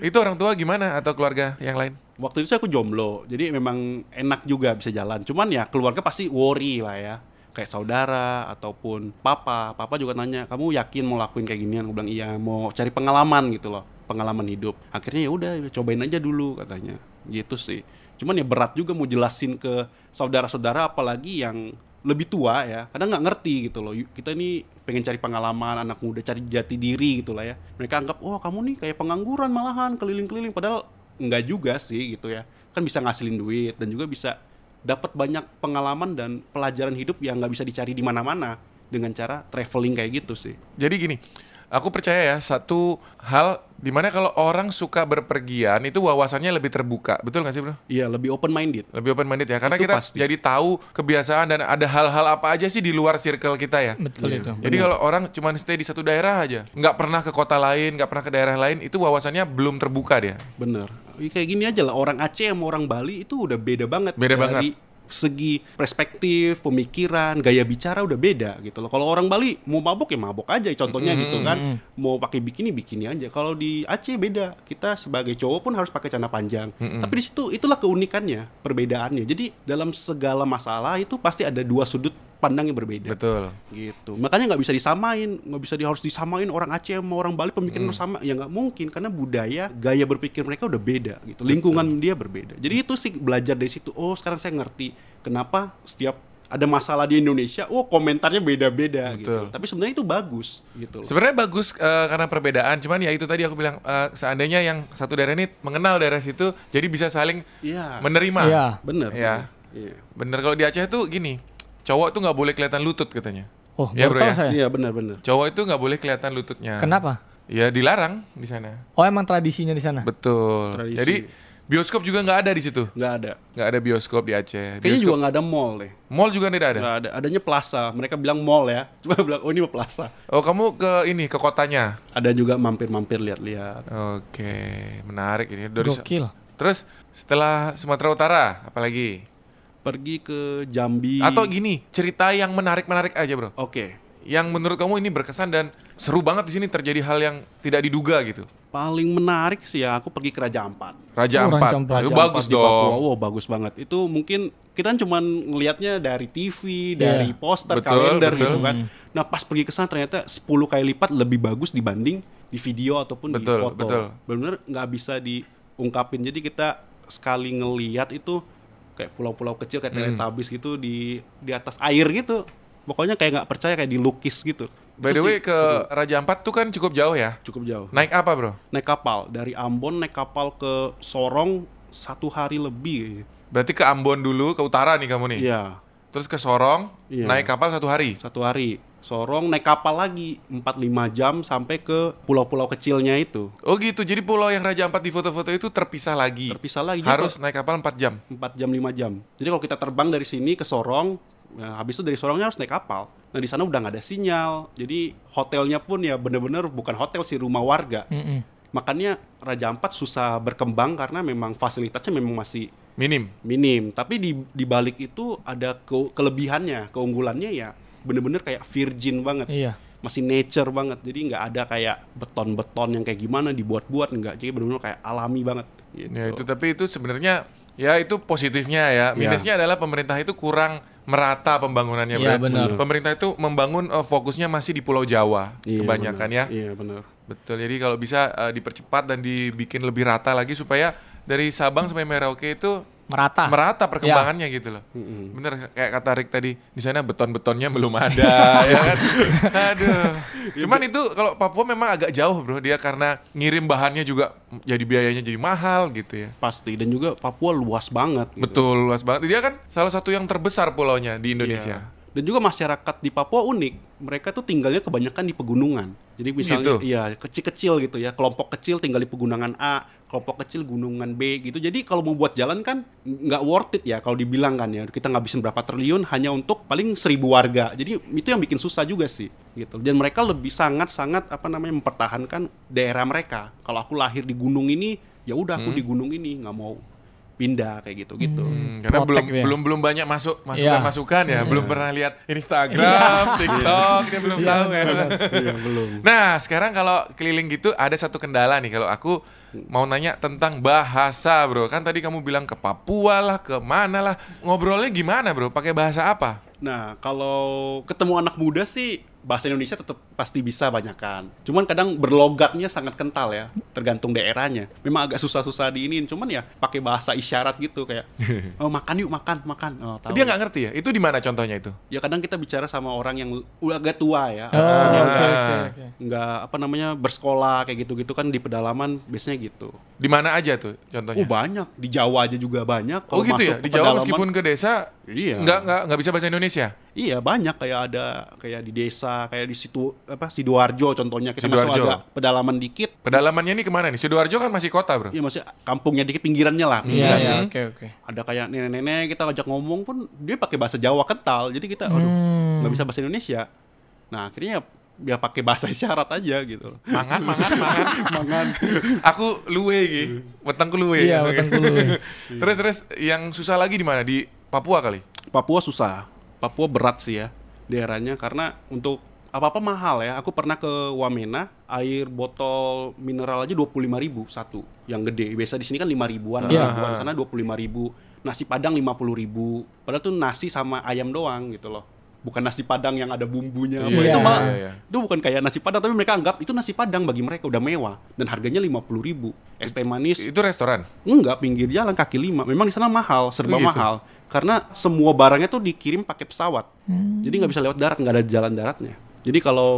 S1: itu orang tua gimana atau keluarga yang lain?
S2: Waktu itu sih aku jomblo, jadi memang enak juga bisa jalan. Cuman ya keluarga pasti worry lah ya. Kayak saudara ataupun papa. Papa juga nanya, kamu yakin mau lakuin kayak ginian? Aku bilang iya, mau cari pengalaman gitu loh. Pengalaman hidup. Akhirnya ya udah cobain aja dulu katanya. Gitu sih. Cuman ya berat juga mau jelasin ke saudara-saudara apalagi yang lebih tua ya kadang nggak ngerti gitu loh Yuk, kita ini pengen cari pengalaman anak muda cari jati diri gitu lah ya mereka anggap oh kamu nih kayak pengangguran malahan keliling-keliling padahal nggak juga sih gitu ya kan bisa ngasilin duit dan juga bisa dapat banyak pengalaman dan pelajaran hidup yang nggak bisa dicari di mana-mana dengan cara traveling kayak gitu sih
S1: Jadi gini, aku percaya ya satu hal dimana kalau orang suka berpergian itu wawasannya lebih terbuka, betul nggak sih bro?
S2: iya lebih open minded
S1: Lebih open minded ya, karena
S2: Itu
S1: kita
S2: pasti.
S1: jadi tahu kebiasaan dan ada hal-hal apa aja sih di luar circle kita ya.
S3: Betul itu.
S1: Jadi kalau orang cuma stay di satu daerah aja, nggak pernah ke kota lain, nggak pernah ke daerah lain, itu wawasannya belum terbuka dia.
S2: Bener. Ya, Kayak gini aja lah orang Aceh sama orang Bali itu udah beda banget.
S1: Beda
S2: Dari segi perspektif, pemikiran, gaya bicara udah beda gitu loh. Kalau orang Bali mau mabok ya mabok aja contohnya gitu kan. Mau pakai bikini bikini aja. Kalau di Aceh beda. Kita sebagai cowok pun harus pakai celana panjang. Tapi di situ itulah keunikannya, perbedaannya. Jadi dalam segala masalah itu pasti ada dua sudut pandang yang berbeda
S1: Betul.
S2: gitu makanya nggak bisa disamain nggak bisa di, harus disamain orang Aceh sama orang Bali
S1: Hmm.
S2: pemikiran harus sama ya nggak mungkin karena budaya gaya berpikir mereka udah beda gitu lingkungan dia berbeda jadi itu sih belajar dari situ oh sekarang saya ngerti kenapa setiap ada masalah di Indonesia oh komentarnya beda-beda gitu
S1: Betul.
S2: tapi sebenarnya itu bagus gitu loh.
S1: Sebenarnya bagus eh, karena perbedaan, cuman ya itu tadi aku bilang eh, seandainya yang satu daerah ini mengenal daerah situ, jadi bisa saling
S2: iya
S1: menerima.
S3: Iya.
S2: bener
S1: Iya.
S2: iya
S1: Bener kalau di Aceh tuh gini, cowok tuh nggak boleh kelihatan lutut katanya.
S3: Oh,
S1: Iya,
S3: baru
S1: bro,
S3: tahu
S1: ya?
S3: saya.
S2: Iya, bener-bener
S1: Cowok itu nggak boleh kelihatan lututnya.
S3: Kenapa?
S1: Ya dilarang di sana.
S3: Oh, emang tradisinya di sana.
S1: Betul.
S2: Tradisi.
S1: Jadi bioskop juga nggak ada di situ.
S2: nggak ada
S1: Nggak ada bioskop di Aceh.
S2: kayaknya
S1: Bioskop-
S2: juga nggak ada mall deh
S1: Mall juga tidak ada.
S2: nggak ada adanya plaza mereka bilang mall ya cuma bilang oh ini mah plaza
S1: Oh kamu ke ini ke kotanya.
S2: ada juga mampir-mampir lihat-lihat
S1: Oke, menarik ini. Dari
S3: Gokil.
S1: Terus setelah Sumatera Utara, apalagi?
S2: pergi ke Jambi
S1: Atau gini, cerita yang menarik-menarik aja bro.
S2: Oke.
S1: Yang menurut kamu ini berkesan dan seru banget di sini terjadi hal yang tidak diduga gitu.
S2: Paling menarik sih ya aku pergi ke Raja Ampat.
S1: Raja
S3: Oh,
S1: Ampat.
S3: Raja Ampat.
S1: Itu
S2: Raja
S1: bagus
S2: Ampat di Papua.
S1: dong.
S2: Wow, bagus banget. Itu mungkin kita kan cuman ngelihatnya dari TV,
S3: Iya.
S2: dari poster,
S1: Betul,
S2: kalender
S1: betul.
S2: gitu kan. Nah, pas pergi ke sana ternyata 10 kali lipat lebih bagus dibanding di video ataupun
S1: Betul,
S2: di foto.
S1: betul.
S2: Benar nggak bisa diungkapin. Jadi kita sekali ngelihat itu kayak pulau-pulau kecil
S1: Hmm.
S2: kayak Teletubbies gitu di di atas air gitu. Pokoknya kayak nggak percaya kayak dilukis gitu.
S1: By
S2: Itu
S1: the way
S2: sih
S1: ke
S2: seru.
S1: Raja Ampat tuh kan cukup jauh ya.
S2: cukup jauh.
S1: Naik apa bro?
S2: naik kapal dari Ambon naik kapal ke Sorong satu hari lebih kayaknya.
S1: Berarti ke Ambon dulu, ke utara nih kamu nih.
S2: Iya,
S1: Terus ke Sorong,
S2: Iya.
S1: naik kapal satu hari.
S2: satu hari. Sorong naik kapal lagi 45 jam sampai ke pulau-pulau kecilnya itu.
S1: Oh gitu, jadi pulau yang Raja Ampat di foto-foto itu terpisah lagi.
S2: Terpisah lagi Jadi
S1: Harus naik kapal 4 jam.
S2: kalau 4 jam 5 jam. Jadi kalau kita terbang dari sini ke Sorong, nah, habis itu dari Sorongnya harus naik kapal. Nah, di sana udah nggak ada sinyal. Jadi hotelnya pun ya bener-bener bukan hotel sih, rumah warga.
S3: Mm-mm.
S2: Makanya Raja Ampat susah berkembang karena memang fasilitasnya memang masih
S1: Minim.
S2: minim tapi di di balik itu ada ke- kelebihannya keunggulannya ya bener-bener kayak virgin banget
S3: Iya.
S2: masih nature banget jadi nggak ada kayak beton-beton yang kayak gimana dibuat-buat nggak jadi bener-bener kayak alami banget gitu.
S1: Ya itu tapi itu sebenarnya ya itu positifnya
S2: Iya.
S1: ya. Minusnya adalah pemerintah itu kurang merata pembangunannya.
S3: Iya,
S1: Bro.
S3: benar.
S1: Pemerintah itu membangun eh, fokusnya masih di Pulau Jawa
S2: Iya,
S1: kebanyakan ya.
S2: bener. iya bener
S1: Betul. Jadi kalau bisa eh, dipercepat dan dibikin lebih rata lagi supaya dari Sabang sampai Merauke itu
S3: Merata.
S1: merata perkembangannya gitu loh. Bener kayak kata Rick tadi di sana beton-betonnya belum ada ya kan. Aduh. Cuman itu kalau Papua memang agak jauh bro dia karena ngirim bahannya juga jadi biayanya jadi mahal gitu ya.
S2: pasti dan juga Papua luas banget gitu.
S1: Betul luas banget. Dia kan salah satu yang terbesar pulaunya di Indonesia.
S2: Iya. dan juga masyarakat di Papua unik mereka tuh tinggalnya kebanyakan di pegunungan jadi misalnya
S1: Gitu.
S2: iya kecil-kecil gitu ya kelompok kecil tinggal di pegunungan A kelompok kecil gunungan B gitu jadi kalau mau buat jalan kan nggak worth it ya kalau dibilang kan ya kita ngabisin berapa triliun hanya untuk paling seribu warga jadi itu yang bikin susah juga sih gitu dan mereka lebih sangat-sangat apa namanya mempertahankan daerah mereka kalau aku lahir di gunung ini ya udah aku di gunung ini nggak mau pindah kayak gitu gitu
S1: Hmm, karena belum
S3: Protek dia.
S1: belum belum banyak masuk masukan-masukan ya, belum pernah lihat Instagram, TikTok, dia belum tahu ya.
S2: Iya, belum
S1: Nah, sekarang kalau keliling gitu ada satu kendala nih kalau aku mau nanya tentang bahasa, Bro. Kan tadi kamu bilang ke Papua lah, ke mana lah. Ngobrolnya gimana, Bro? Pakai bahasa apa?
S2: Nah, kalau ketemu anak muda sih bahasa Indonesia tetap pasti bisa banyakan. Cuman kadang berlogatnya sangat kental ya, tergantung daerahnya. Memang agak susah-susah diinin, cuman ya pakai bahasa isyarat gitu kayak oh, makan yuk makan makan. Oh, tahu.
S1: Dia nggak ngerti ya? Itu di mana contohnya itu?
S2: Ya kadang kita bicara sama orang yang udah agak tua ya,
S3: Oh, oke oke
S1: Ah.
S3: oke.
S2: nggak apa namanya bersekolah kayak gitu-gitu kan di pedalaman biasanya gitu.
S1: Di mana aja tuh
S2: Oh
S1: contohnya?
S2: banyak di Jawa aja juga banyak.
S1: Oh,
S2: Kalau
S1: gitu
S2: masuk
S1: ya?
S2: ke
S1: Di Jawa
S2: pedalaman-
S1: meskipun ke desa
S2: Iya.
S1: nggak nggak nggak bisa bahasa Indonesia.
S2: Iya banyak kayak ada kayak di desa kayak di situ apa sidoarjo contohnya kita masuk
S1: Sidoarjo.
S2: agak pedalaman dikit
S1: Pedalamannya ini kemana nih? Sidoarjo kan masih kota bro.
S2: Iya maksudnya kampungnya dikit pinggirannya lah.
S3: Iya
S2: pinggirannya.
S3: iya
S1: Hmm.
S3: oke oke.
S2: Ada kayak nenek-nenek kita ajak ngomong pun dia pakai bahasa Jawa kental. Jadi kita aduh
S3: Hmm.
S2: nggak bisa bahasa Indonesia. Nah akhirnya dia pakai bahasa isyarat aja gitu.
S1: Mangan mangan mangan.
S2: Mangan.
S1: Aku luwe gitu. Wetengku luwe.
S3: Iya,
S1: Oke.
S3: wetengku luwe.
S1: terus terus yang susah lagi di mana? Di Papua kali.
S2: Papua susah. Papua berat sih ya daerahnya karena untuk apa-apa mahal ya. Aku pernah ke Wamena, air botol mineral aja 25.000 satu. Yang gede. Biasa di sini kan 5 ribuan,
S1: Iya.
S2: ya. Di sana 25.000. Nasi Padang 50.000. Padahal tuh nasi sama ayam doang gitu loh. Bukan nasi Padang yang ada bumbunya. apa.
S3: Iya,
S2: Itu mah
S1: iya, iya.
S2: itu bukan kayak nasi Padang tapi mereka anggap itu nasi Padang bagi mereka udah mewah dan harganya 50.000. Es teh manis
S1: Itu restoran.
S2: Enggak, pinggir jalan kaki lima. Memang di sana mahal, serba
S1: Oh, gitu.
S2: mahal. Karena semua barangnya tuh dikirim pakai pesawat. Jadi nggak bisa lewat darat, nggak ada jalan daratnya. Jadi kalau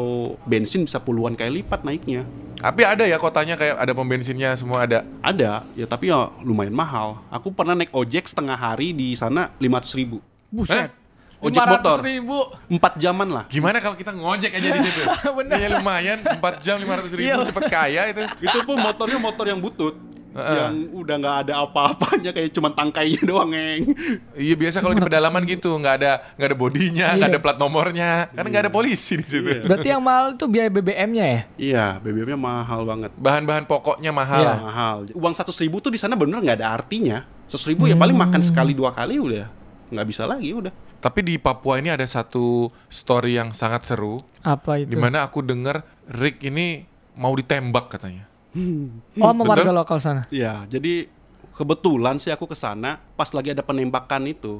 S2: bensin bisa puluhan kali lipat naiknya.
S1: Tapi ada ya kotanya kayak ada pom bensinnya semua ada.
S2: Ada, ya tapi ya lumayan mahal. Aku pernah naik ojek setengah hari di sana 500 ribu.
S1: Buset.
S2: Ojek motor.
S3: ribu.
S2: Empat jaman lah.
S1: Gimana kalau kita ngojek aja di situ?
S3: Bener.
S1: Iya lumayan 4 jam 500 ribu
S3: Iya.
S1: cepet kaya itu.
S2: Itu pun motornya motor yang butut.
S1: Heeh.
S2: Yang udah nggak ada apa-apanya, kayak cuma tangkainya doang, ngeng.
S1: Iya biasa kalau di pedalaman gitu nggak ada nggak ada bodinya,
S3: Iya.
S1: nggak ada plat nomornya, karena nggak ada polisi di situ.
S2: Iya.
S3: Berarti yang mahal itu biaya BBM-nya ya?
S2: Iya, BBM-nya mahal banal banget.
S1: Bahan-bahan pokoknya mahal.
S3: Iya.
S2: mahal. Uang seratus ribu tuh di sana bener nggak ada artinya. Seratus ribu ya paling makan sekali dua kali udah nggak bisa lagi udah.
S1: Tapi di Papua ini ada satu story yang sangat seru
S3: Apa itu?
S1: di mana aku dengar Rick ini mau ditembak katanya.
S3: Oh, sama warga
S1: Betul.
S3: lokal sana.
S2: Ya jadi kebetulan sih aku ke sana pas lagi ada penembakan itu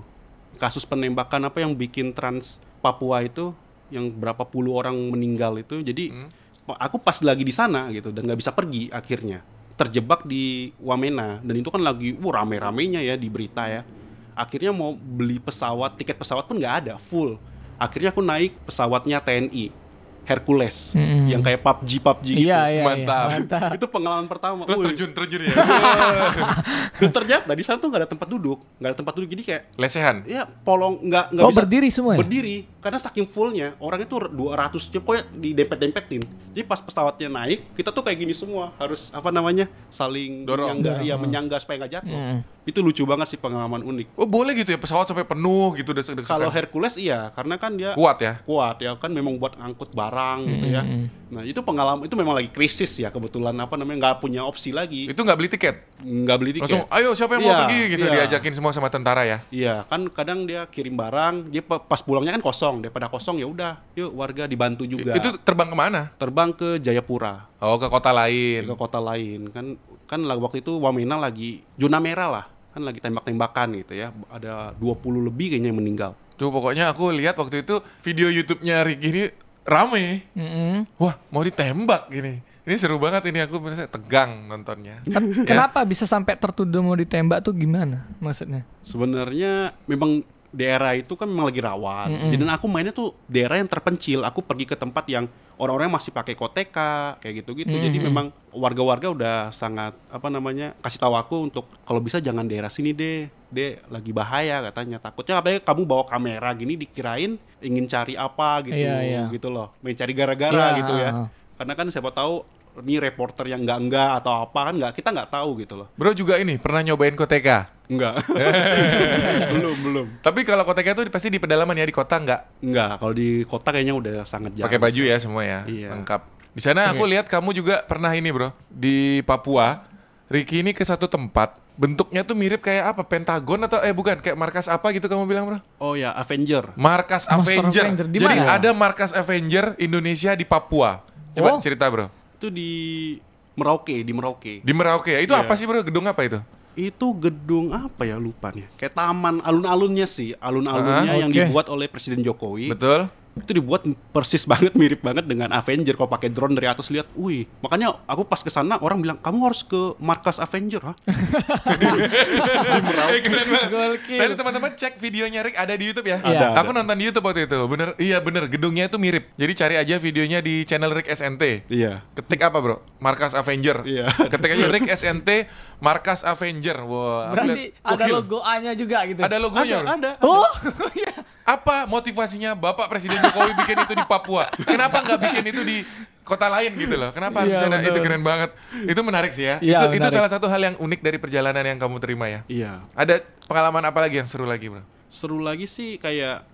S2: kasus penembakan apa yang bikin Trans Papua itu yang berapa puluh orang meninggal itu. Jadi pa- aku pas lagi di sana gitu dan nggak bisa pergi akhirnya terjebak di Wamena dan itu kan lagi uh, rame-ramenya ya di berita ya. Akhirnya mau beli pesawat, tiket pesawat pun nggak ada, full. Akhirnya aku naik pesawatnya TNI Hercules
S3: Mm-mm.
S2: yang kayak PUBG PUBG gitu.
S3: Hmm. Iya, iya,
S1: Mantap.
S3: Iya, mantap.
S2: Itu pengalaman pertama.
S1: Terus
S2: Wih.
S1: terjun terjun ya.
S2: Dan ternyata di sana tuh nggak ada tempat duduk, nggak ada tempat duduk jadi kayak
S1: Lesehan.
S2: ya polong nggak nggak
S3: Oh,
S2: bisa
S3: berdiri semua ya?
S2: berdiri karena saking fullnya orang itu 200 dia pokoknya didempet-dempetin jadi pas pesawatnya naik kita tuh kayak gini semua harus apa namanya saling
S1: Dorong.
S2: menyangga
S3: Dorong,
S2: ya
S3: hmm.
S2: menyangga supaya nggak jatuh
S3: Hmm.
S2: itu lucu banget sih pengalaman unik
S1: Oh boleh gitu ya pesawat sampai penuh gitu udah
S2: kalau Hercules iya karena kan dia
S1: kuat ya.
S2: kuat ya kan memang buat angkut barang gitu ya
S3: Hmm.
S2: nah itu pengalaman itu memang lagi krisis ya kebetulan apa namanya nggak punya opsi lagi
S1: Itu nggak beli tiket.
S2: nggak beli tiket
S1: Langsung ayo siapa yang mau
S2: Iya,
S1: pergi gitu
S2: iya.
S1: diajakin semua sama tentara ya.
S2: Iya, kan kadang dia kirim barang, dia pe- pas pulangnya kan kosong, daripada kosong ya udah, yuk warga dibantu juga.
S1: Itu terbang kemana?
S2: terbang ke Jayapura,
S1: Oh ke kota
S2: ke
S1: lain.
S2: kota lain. Kan kan lah waktu itu Wamena lagi zona merah lah, kan lagi tembak-tembakan gitu ya. Ada 20 lebih kayaknya yang meninggal.
S1: Tuh pokoknya aku lihat waktu itu video YouTube-nya Ricky ini rame.
S3: Mm-mm.
S1: Wah mau ditembak gini. Ini seru banget ini aku bener tegang nontonnya.
S2: Kan-
S3: Ken- Kenapa bisa sampai tertuduh mau ditembak tuh gimana maksudnya?
S2: Sebenarnya memang daerah itu kan memang lagi rawan. Jadi dan aku mainnya tuh daerah yang terpencil. Aku pergi ke tempat yang orang-orang masih pakai koteka kayak gitu-gitu. Jadi memang warga-warga udah sangat apa namanya kasih tahu aku untuk kalau bisa jangan daerah sini deh. Deh lagi bahaya katanya. Takutnya apalagi kamu bawa kamera gini dikirain ingin cari apa gitu
S3: Iya, iya.
S2: gitu loh. Mencari gara-gara
S3: Iya,
S2: gitu ya.
S3: ah, ah.
S2: Karena kan siapa tahu ini reporter yang enggak-enggak atau apa kan enggak kita nggak tahu gitu loh.
S1: Bro juga ini pernah nyobain koteka.
S2: Enggak. belum, belum.
S1: Tapi kalau koteka itu pasti di pedalaman ya di kota nggak
S2: Enggak, kalau di kota kayaknya udah sangat jarang.
S1: pakai baju ya semua ya
S2: Iya.
S1: lengkap. Di sana aku lihat kamu juga pernah ini bro di Papua. Ricky ini ke satu tempat bentuknya tuh mirip kayak apa Pentagon atau eh bukan kayak markas apa gitu kamu bilang bro?
S2: Oh ya, Avenger.
S1: Markas
S3: Master
S1: Avenger.
S3: Avenger, di
S1: Jadi
S3: mana?
S1: ada markas Avenger Indonesia di Papua. Coba
S3: Oh.
S1: cerita bro.
S2: Itu di Merauke, di Merauke.
S1: Di Merauke ya. Itu
S2: Iya.
S1: apa sih bro? Gedung apa itu?
S2: Itu gedung apa ya lupa nih. Kayak taman alun-alunnya sih, alun-alunnya
S3: Ah,
S2: yang
S3: oke.
S2: dibuat oleh Presiden Jokowi.
S1: Betul.
S2: itu dibuat persis banget mirip banget dengan Avenger kalau pakai drone dari atas lihat, wih makanya aku pas ke sana orang bilang kamu harus ke markas Avenger, hah?
S1: Eh, keren banget.
S3: Gokil.
S1: Nanti teman-teman cek videonya Rick ada di YouTube ya.
S3: Iya.
S2: Ada,
S1: Aku
S2: ada.
S1: nonton di YouTube waktu itu. Bener, iya bener. Gedungnya itu mirip. Jadi cari aja videonya di channel Rick SNT.
S2: Iya.
S1: Ketik apa bro? Markas Avenger.
S2: Iya.
S1: Ketik aja Rick SNT Markas Avenger. Wah. aku
S3: Berarti
S1: lihat,
S3: ada
S1: gokil.
S3: logo A-nya juga gitu.
S1: Ada logonya.
S2: Ada,
S1: bro.
S2: ada.
S3: Oh, iya.
S1: Apa motivasinya Bapak Presiden Jokowi bikin itu di Papua? Kenapa nggak bikin itu di kota lain gitu loh? Kenapa harus
S3: Iya,
S1: ada? Itu
S3: benar.
S1: keren banget. Itu menarik sih ya.
S3: Iya,
S1: itu, itu
S3: menarik.
S1: salah satu hal yang unik dari perjalanan yang kamu terima ya.
S2: Iya.
S1: Ada pengalaman apa lagi yang seru lagi bro?
S2: seru lagi sih kayak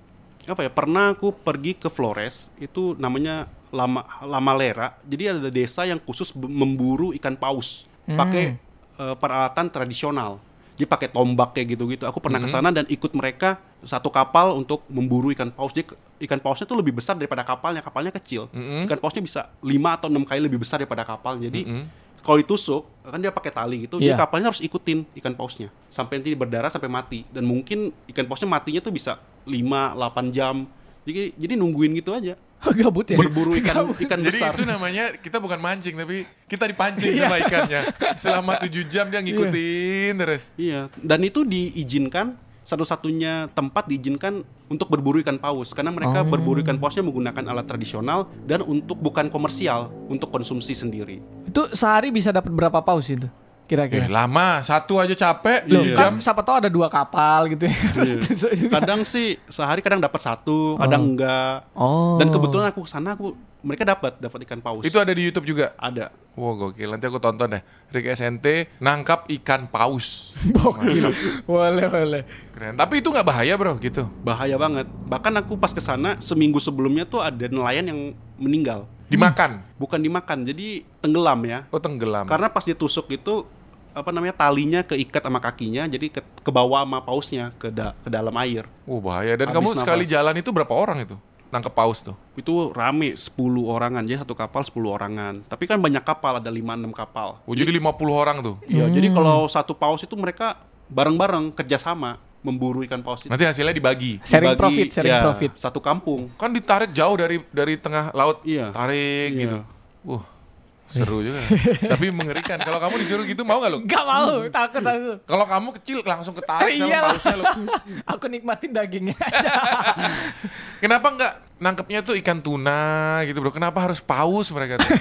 S2: apa ya pernah aku pergi ke Flores itu namanya lama lama lera jadi ada desa yang khusus be- memburu ikan paus pakai eh, peralatan tradisional jadi pakai tombak kayak gitu-gitu aku pernah ke sana dan ikut mereka satu kapal untuk memburu ikan paus jadi ke- ikan pausnya tuh lebih besar daripada kapalnya kapalnya kecil
S1: Mm-mm.
S2: ikan pausnya bisa 5 atau enam kali lebih besar daripada kapal jadi
S1: Mm-mm.
S2: kalau ditusuk kan dia pakai tali gitu
S3: Iya.
S2: jadi kapalnya harus ikutin ikan pausnya sampai nanti berdarah sampai mati dan mungkin ikan pausnya matinya tuh bisa 5 8 jam jadi jadi nungguin gitu aja
S3: gabut ya.
S2: berburu ikan ikan
S1: Jadi
S2: besar
S1: itu namanya kita bukan mancing tapi kita dipancing
S3: Iya.
S1: sama ikannya. Selama 7 jam dia ngikutin terus.
S2: iya dan itu diizinkan satu-satunya tempat diizinkan untuk berburu ikan paus karena
S1: Oh.
S2: mereka berburu ikan pausnya menggunakan alat tradisional dan untuk bukan komersial untuk konsumsi sendiri
S3: Itu sehari bisa dapat berapa paus itu?
S1: Eh,
S3: Kira-kira.
S1: lama, satu aja capek,
S3: Loh,
S1: 7 jam.
S3: kan siapa tahu ada dua kapal gitu
S1: Iya.
S3: ya.
S1: kan-
S2: kadang sih sehari kadang dapat satu kadang enggak
S3: Oh.
S2: dan kebetulan aku kesana aku mereka dapat dapat ikan paus
S1: Itu ada di YouTube juga.
S2: ada
S1: Wow, gokil. Nanti aku tonton deh. Rick SNT nangkap ikan paus.
S3: Gokil. boleh, boleh.
S1: Keren. Tapi itu nggak bahaya, Bro, gitu.
S2: bahaya banget bahkan aku pas kesana seminggu sebelumnya tuh ada nelayan yang meninggal
S1: Dimakan.
S2: bukan dimakan jadi tenggelam ya
S1: Oh, tenggelam.
S2: karena pas ditusuk itu apa namanya talinya keikat sama kakinya jadi ke, ke bawah sama pausnya ke da- ke dalam air
S1: Oh, bahaya. Dan
S2: Habis
S1: kamu
S2: nafas.
S1: sekali jalan itu berapa orang itu? Nangkep paus tuh.
S2: itu rame 10 orangan jadi satu kapal 10 orangan tapi kan banyak kapal ada 5 6 kapal
S1: Oh, jadi 50 orang tuh.
S2: Iya, jadi
S3: Hmm.
S2: kalau satu paus itu mereka bareng-bareng kerjasama memburu ikan paus itu
S1: Nanti hasilnya dibagi.
S2: Dibagi,
S3: Sharing profit, sharing
S2: ya,
S3: profit.
S2: satu kampung
S1: Kan ditarik jauh dari dari tengah laut.
S2: Iya.
S1: Tarik
S2: Iya.
S1: gitu. Uh, seru juga. Tapi mengerikan. Kalau kamu disuruh gitu mau nggak lu?
S3: Gak mau, takut aku.
S1: Kalau kamu kecil langsung ketarik sama
S3: Iyalah.
S1: pausnya lu.
S3: aku nikmatin dagingnya aja.
S1: Kenapa nggak nangkepnya tuh ikan tuna gitu bro? Kenapa harus paus mereka tuh?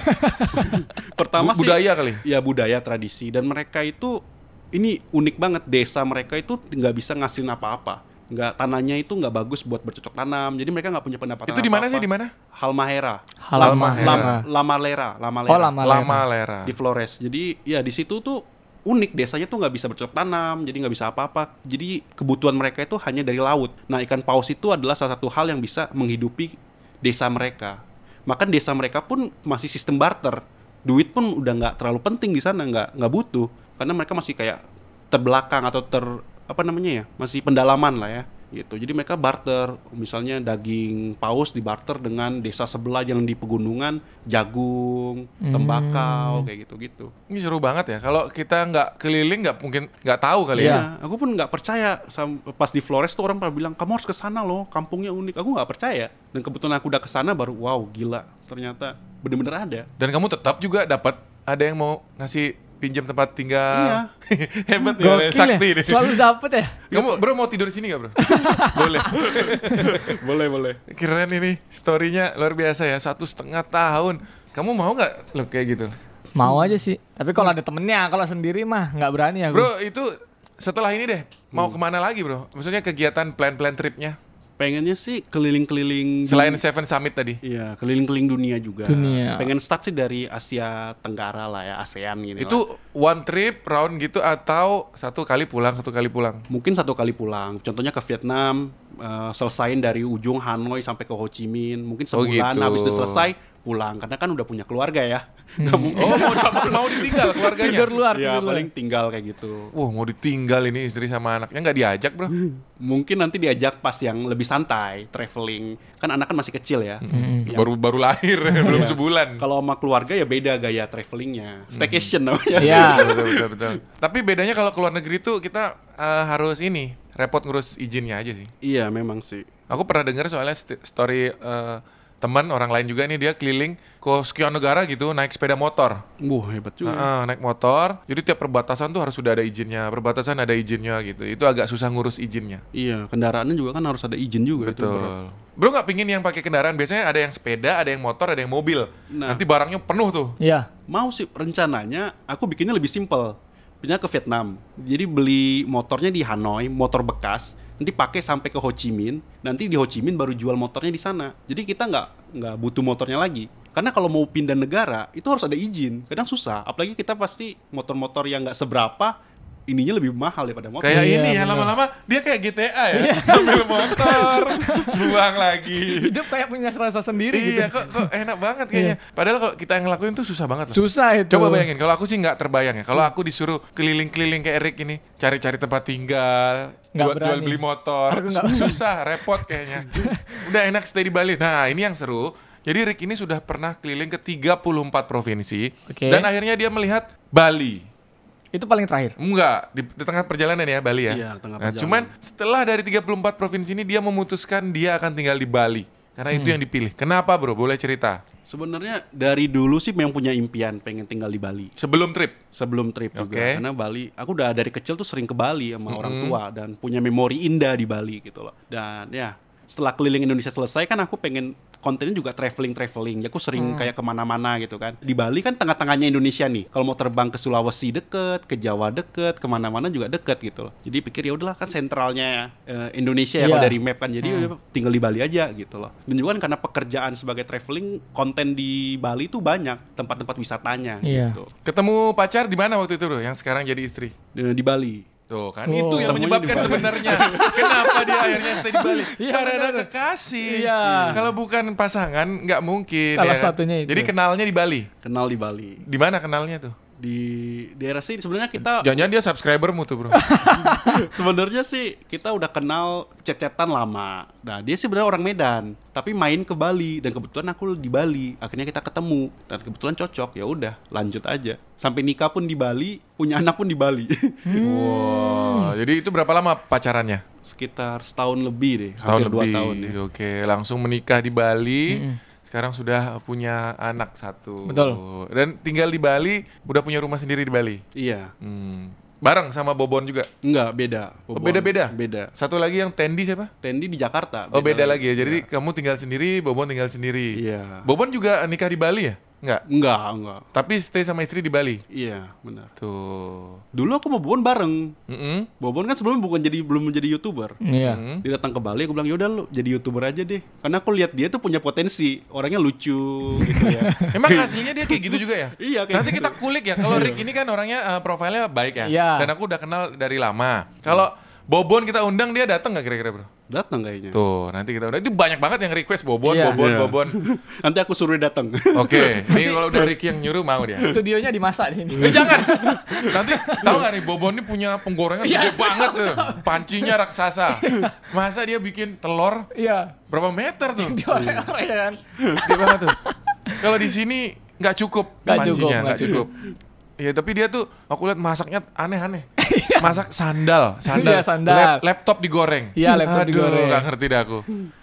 S2: pertama
S1: Bu-
S2: sih
S1: budaya kali?
S2: ya budaya tradisi dan mereka itu ini unik banget desa mereka itu nggak bisa ngasilin apa-apa nggak tanahnya itu nggak bagus buat bercocok tanam jadi mereka nggak punya pendapatan
S1: Itu di mana sih?
S2: Nah, apa-apa.
S1: Di mana?
S2: Halmahera
S1: Halmahera.
S2: Lam, Lamalera Lamalera
S3: Oh, Lama Lera.
S1: Lama Lera.
S2: di Flores jadi ya di situ tuh unik desanya tuh nggak bisa bercocok tanam jadi nggak bisa apa-apa jadi kebutuhan mereka itu hanya dari laut nah ikan paus itu adalah salah satu hal yang bisa menghidupi desa mereka maka desa mereka pun masih sistem barter duit pun udah nggak terlalu penting di sana nggak nggak butuh karena mereka masih kayak terbelakang atau ter apa namanya ya masih pendalaman lah ya gitu jadi mereka barter misalnya daging paus dibarter dengan desa sebelah yang di pegunungan jagung tembakau kayak gitu gitu
S1: Ini seru banget ya. Kalau kita nggak keliling nggak mungkin nggak tahu kali ya.
S2: Iya, aku pun nggak percaya sam- pas di Flores tuh orang pada bilang kamu harus ke sana loh, kampungnya unik. Aku nggak percaya. Dan kebetulan aku udah ke sana baru wow gila ternyata bener-bener ada.
S1: Dan kamu tetap juga dapat ada yang mau ngasih pinjam tempat tinggal. Hebat ya,
S3: Iya. Gokil
S1: sakti
S3: ya.
S1: nih.
S3: Selalu dapet ya.
S1: Kamu bro mau tidur di sini nggak bro? Boleh.
S2: boleh boleh.
S1: Keren ini story-nya luar biasa ya. Satu setengah tahun. Kamu mau nggak lo kayak gitu?
S3: Mau aja sih. Tapi kalau ada temennya, kalau sendiri mah nggak berani aku. Hmm.
S1: Bro itu setelah ini deh mau kemana lagi bro? Maksudnya kegiatan plan-plan tripnya
S2: Pengennya sih keliling-keliling.
S1: selain Seven Summit tadi.
S2: Iya, keliling-keliling dunia juga.
S3: Dunia.
S2: Pengen start sih dari Asia Tenggara lah ya, ASEAN gitu.
S3: Iya.
S1: Itu one trip round gitu atau satu kali pulang satu kali pulang?
S2: mungkin satu kali pulang. Contohnya ke Vietnam, eh, selesain dari ujung Hanoi sampai ke Ho Chi Minh, mungkin
S1: Oh,
S2: sebulan
S1: gitu.
S2: habis itu selesai pulang karena kan udah punya keluarga ya. Nggak mungkin.
S1: Oh mau mau ditinggal keluarganya?
S3: tidur luar,
S2: ya
S3: tidur luar.
S2: paling tinggal kayak gitu.
S1: Wah mau ditinggal ini istri sama anaknya nggak diajak bro?
S2: Mungkin nanti diajak pas yang lebih santai, traveling. Kan anak kan masih kecil ya.
S1: Hmm.
S2: Ya,
S1: Baru baru lahir belum
S2: Iya.
S1: sebulan.
S2: Kalau sama keluarga ya beda gaya
S1: Hmm.
S2: travelingnya. Staycation namanya.
S3: Iya.
S1: Betul, betul, betul. Tapi bedanya kalau keluar negeri tuh kita eh, harus ini repot ngurus izinnya aja sih.
S2: Iya, memang sih.
S1: Aku pernah dengar soalnya st- story eh, teman orang lain juga nih dia keliling ke sekian negara gitu naik sepeda motor.
S2: Wah, hebat juga.
S1: Heeh, naik motor. Jadi tiap perbatasan tuh harus sudah ada izinnya. Perbatasan ada izinnya gitu. Itu agak susah ngurus izinnya.
S2: Iya, kendaraannya juga kan harus ada izin juga itu.
S1: Betul. Bro nggak pingin yang pakai kendaraan. Biasanya ada yang sepeda, ada yang motor, ada yang mobil.
S2: Nah.
S1: Nanti barangnya penuh tuh.
S3: Iya.
S2: Mau sih rencananya aku bikinnya lebih simpel. Pindah ke Vietnam. Jadi beli motornya di Hanoi, motor bekas, nanti pakai sampai ke Ho Chi Minh, nanti di Ho Chi Minh baru jual motornya di sana. Jadi kita nggak nggak butuh motornya lagi. Karena kalau mau pindah negara itu harus ada izin. Kadang susah, apalagi kita pasti motor-motor yang nggak seberapa ininya lebih mahal daripada motor.
S1: Kayak
S3: Iya,
S1: ini ya
S3: bener. Iya.
S1: lama-lama dia kayak GTA ya. Ambil motor, buang lagi.
S3: Hidup kayak punya rasa sendiri gitu.
S1: iya, kok, kok enak banget kayaknya. Padahal kalau kita yang ngelakuin tuh susah banget. loh.
S3: Susah itu.
S1: Coba bayangin, kalau aku sih nggak terbayang ya. Kalau aku disuruh keliling-keliling kayak Erik ini, cari-cari tempat tinggal,
S3: Nggak
S1: jual, jual
S3: berani.
S1: beli motor,
S3: Aku nggak
S1: Sus- susah, repot kayaknya. Udah enak stay di Bali. Nah ini yang seru. Jadi Erik ini sudah pernah keliling ke 34 provinsi
S3: Oke.
S1: dan akhirnya dia melihat Bali.
S3: Itu paling terakhir.
S1: Enggak, di, di tengah perjalanan ya Bali ya.
S2: Iya, tengah
S1: Nah,
S2: perjalanan.
S1: cuman setelah dari 34 provinsi ini dia memutuskan dia akan tinggal di Bali. Karena
S3: Hmm.
S1: itu yang dipilih. Kenapa, Bro? Boleh cerita.
S2: Sebenarnya dari dulu sih memang punya impian pengen tinggal di Bali.
S1: Sebelum trip.
S2: sebelum trip juga
S1: Oke.
S2: karena Bali aku udah dari kecil tuh sering ke Bali sama orang tua dan punya memori indah di Bali gitu loh dan ya setelah keliling Indonesia selesai kan aku pengen kontennya juga traveling traveling ya aku sering
S3: Mm.
S2: kayak kemana-mana gitu kan di Bali kan tengah-tengahnya Indonesia nih kalau mau terbang ke Sulawesi deket ke Jawa deket kemana-mana juga deket gitu loh jadi pikir ya udahlah kan sentralnya eh, Indonesia ya
S3: Iya.
S2: kalau dari map kan jadi udah tinggal di Bali aja gitu loh dan juga kan karena pekerjaan sebagai traveling konten di Bali tuh banyak tempat-tempat wisatanya
S3: Iya.
S2: gitu
S1: Ketemu pacar di mana waktu itu, Bro? Yang sekarang jadi istri.
S2: di Bali
S1: Tuh kan
S3: Oh.
S1: itu yang
S2: Ketemunya
S1: menyebabkan
S2: di Bali.
S1: sebenarnya kenapa dia akhirnya stay di Bali.
S3: Iya,
S1: Karena
S3: benar.
S1: kekasih.
S3: Iya.
S1: Kalau bukan pasangan nggak mungkin.
S3: Salah
S1: kan?
S3: satunya itu.
S1: Jadi kenalnya di Bali.
S2: kenal di Bali
S1: Di mana kenalnya tuh?
S2: di daerah sih sebenarnya
S3: Ah.
S2: kita
S1: Jangan-jangan dia subscribermu tuh, Bro.
S2: sebenarnya sih kita udah kenal cecetan lama nah dia sih sebenarnya orang Medan tapi main ke Bali dan kebetulan aku di Bali akhirnya kita ketemu dan kebetulan cocok ya udah lanjut aja sampai nikah pun di Bali punya anak pun di Bali
S1: Wow. Jadi itu berapa lama pacarannya?
S2: sekitar setahun lebih deh
S1: setahun
S2: hampir dua
S1: lebih.
S2: tahun ya.
S1: Oke, langsung menikah di Bali. Sekarang sudah punya anak satu.
S3: Betul.
S1: Dan tinggal di Bali, udah punya rumah sendiri di Bali.
S2: iya
S1: Hmm. Bareng sama Bobon juga.
S2: enggak beda
S1: Oh, beda-beda.
S2: beda
S1: Satu lagi yang Tendi siapa?
S2: Tendi di Jakarta
S1: Oh, beda lagi ya. Jadi kamu tinggal sendiri, Bobon tinggal sendiri.
S2: iya
S1: Bobon juga nikah di Bali ya? Enggak.
S2: enggak enggak
S1: Tapi stay sama istri di Bali.
S2: iya benar
S1: Tuh.
S2: dulu aku mau Bobon bareng
S1: Mm-mm.
S2: Bobon kan sebelumnya bukan jadi belum menjadi youtuber.
S3: Iya.
S1: Hmm.
S2: Dia datang ke Bali, aku bilang yaudah lu jadi youtuber aja deh. Karena aku lihat dia tuh punya potensi, orangnya lucu gitu ya.
S1: Emang aslinya dia kayak gitu juga ya?
S2: Iya, kayak
S1: Nanti kita kulik ya. Kalau Rick ini kan orangnya eh, profilnya baik ya.
S3: Iya.
S1: Dan aku udah kenal dari lama. Kalau Bobon kita undang dia datang nggak kira-kira bro?
S2: Datang kayaknya.
S1: Tuh nanti kita undang. Itu banyak banget yang request Bobon,
S3: Iya.
S1: Bobon,
S2: Iya.
S1: Bobon.
S2: Nanti aku suruh dia datang.
S1: Oh. Oke. Ini kalau udah Ricky yang nyuruh mau dia.
S3: Studionya dimasak di sini.
S1: Eh jangan. Nanti tahu nggak nih Bobon ini punya penggorengan
S3: Iya.
S1: gede banget tuh. Pancinya raksasa. Masa dia bikin telur
S3: Iya.
S1: berapa meter tuh?
S3: Di orang-orang ya kan.
S1: Gede banget tuh. Kalau di sini nggak cukup
S3: Nggak
S1: pancinya,
S3: cukup,
S1: nggak
S3: nggak
S1: cukup. Ya tapi dia tuh aku lihat masaknya aneh-aneh. Masak sandal, sandal,
S3: Iya, sandal.
S1: Lap- laptop digoreng.
S3: Iya,
S1: Aduh,
S3: laptop digoreng.
S1: Gak ngerti dah aku.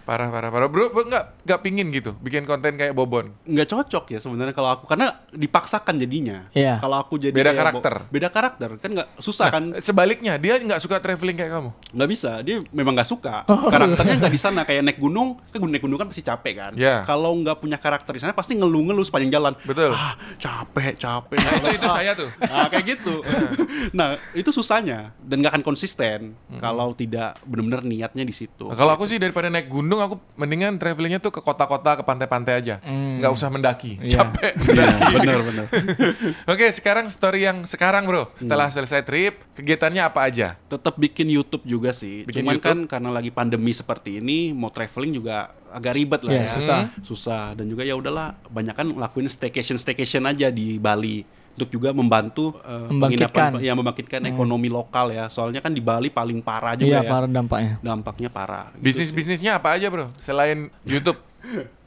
S1: Parah, parah, parah. Bro, bro nggak nggak pingin gitu, bikin konten kayak Bobon. Nah,
S2: Nggak cocok ya sebenarnya kalau aku karena dipaksakan jadinya.
S3: Iya.
S2: Kalau aku jadi
S1: Beda
S2: kayak
S1: karakter. Nah.
S2: Bo- Beda karakter kan nggak susah kan.
S1: Sebaliknya dia nggak suka traveling kayak kamu.
S2: nggak bisa dia memang nggak suka
S1: Oh.
S2: karakternya nggak di sana kayak naik gunung kan gun- naik gunung kan pasti capek kan
S1: Iya.
S2: kalau nggak punya karakter di sana pasti ngeluh-ngeluh sepanjang jalan
S1: Betul.
S2: ah capek capek
S1: Nah, itu itu saya tuh.
S2: nah kayak gitu nah itu susahnya dan nggak akan konsisten
S3: Hmm.
S2: kalau tidak benar-benar niatnya di situ
S1: Nah, Kalau aku sih daripada naik gunung, aku mendingan travelingnya tuh ke kota-kota, ke pantai-pantai aja. Nggak usah mendaki,
S3: Hmm. Iya.
S1: capek.
S2: benar-benar
S1: Oke, sekarang story yang sekarang bro. Setelah
S2: Hmm.
S1: selesai trip, kegiatannya apa aja?
S2: tetap bikin YouTube juga sih
S1: Bikin
S2: cuman
S1: YouTube?
S2: kan karena lagi pandemi seperti ini mau traveling juga agak ribet lah
S3: Iya,
S2: ya
S3: susah.
S2: susah dan juga ya udahlah banyak kan lakuin staycation staycation aja di Bali untuk juga membantu eh,
S3: Membangkitkan. Hmm.
S2: penginapan- ya membangkitkan ekonomi lokal ya soalnya kan di Bali paling parah juga
S3: Iya,
S2: ya
S3: parah dampaknya.
S2: dampaknya parah gitu.
S1: Bisnis-bisnisnya apa aja bro? Selain YouTube.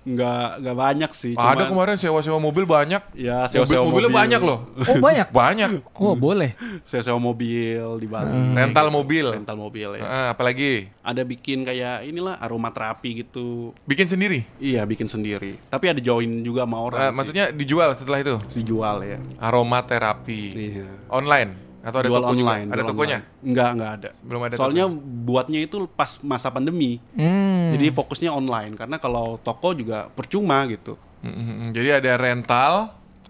S2: nggak nggak banyak sih.
S1: Ada
S2: cuman-
S1: kemarin sewa-sewa mobil banyak.
S2: Ya,
S1: mobil,
S2: sewa-sewa mobil.
S1: mobilnya banyak loh.
S3: Oh banyak.
S1: Banyak.
S3: Oh boleh.
S2: Sewa-sewa mobil di Bali.
S1: Rental mobil.
S2: Rental mobil ya.
S1: Ah, apalagi
S2: Ada bikin kayak inilah aromaterapi gitu.
S1: bikin sendiri.
S2: Iya, bikin sendiri. Tapi ada join juga sama orang
S1: Ah,
S2: sih.
S1: maksudnya dijual setelah itu
S2: dijual ya.
S1: aromaterapi
S2: Iya.
S1: online atau ada
S2: jual
S1: toko juga?
S2: online.
S1: Ada
S2: jual
S1: tokonya?
S2: online. Nggak, nggak ada.
S1: Belum ada
S2: Soalnya buatnya itu pas masa pandemi.
S3: Hmm.
S2: Jadi fokusnya online karena kalau toko juga percuma gitu.
S1: Mm, mm, mm. Jadi ada rental,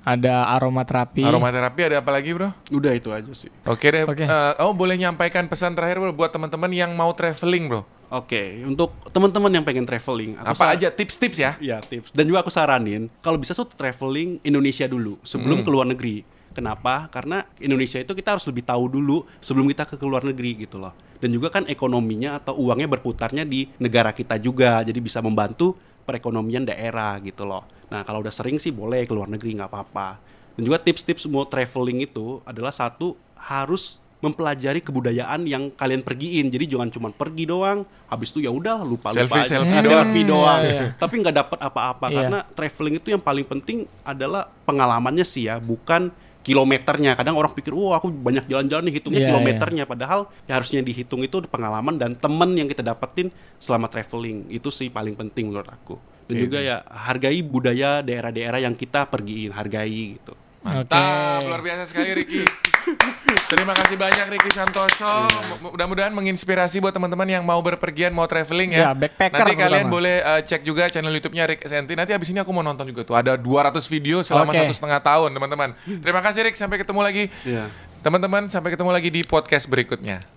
S3: Ada aromaterapi.
S1: aromaterapi, ada apa lagi bro?
S2: Udah itu aja sih.
S1: Oke deh.
S3: Oke.
S1: Eh, oh boleh nyampaikan pesan terakhir bro buat teman-teman yang mau traveling bro.
S2: Oke, untuk teman-teman yang pengen traveling, aku
S1: apa
S2: sar-
S1: aja tips-tips ya?
S2: Iya, tips. Dan juga aku saranin kalau bisa tuh traveling Indonesia dulu
S1: Hmm.
S2: sebelum ke luar negeri. Kenapa? Karena Indonesia itu kita harus lebih tahu dulu sebelum kita ke luar negeri gitu loh. Dan juga kan ekonominya atau uangnya berputarnya di negara kita juga, jadi bisa membantu perekonomian daerah gitu loh. Nah kalau udah sering sih boleh ke luar negeri nggak apa-apa. Dan juga tips-tips mau traveling itu adalah satu harus mempelajari kebudayaan yang kalian pergiin. Jadi jangan cuma pergi doang, habis itu ya udah lupa lupa
S1: Selfie- selfie doang.
S2: selfie doang.
S3: Iya, iya.
S2: Tapi nggak dapat apa-apa
S3: Iya.
S2: karena traveling itu yang paling penting adalah pengalamannya sih ya, bukan kilometernya. Kadang orang pikir, "Wah, aku banyak jalan-jalan nih hitungnya
S3: Iya,
S2: kilometernya." Padahal ya harusnya dihitung itu pengalaman dan temen yang kita dapetin selama traveling. Itu sih paling penting menurut aku. Dan
S1: Iya.
S2: juga ya hargai budaya daerah-daerah yang kita pergiin, hargai gitu.
S1: Mantap,
S3: Oke.
S1: luar biasa sekali Ricky. Terima kasih banyak Ricky Santoso.
S3: Iya.
S1: M- Mudah-mudahan menginspirasi buat teman-teman yang mau berpergian, mau traveling ya.
S3: Ya, backpacker
S1: Nanti kalian
S3: terutama.
S1: boleh eh, cek juga channel YouTube-nya Rick Senti. Nanti abis ini aku mau nonton juga tuh. Ada 200 video selama
S3: Oke.
S1: satu setengah tahun, teman-teman. Terima kasih Rick. Sampai ketemu lagi.
S2: Iya.
S1: Teman-teman, sampai ketemu lagi di podcast berikutnya.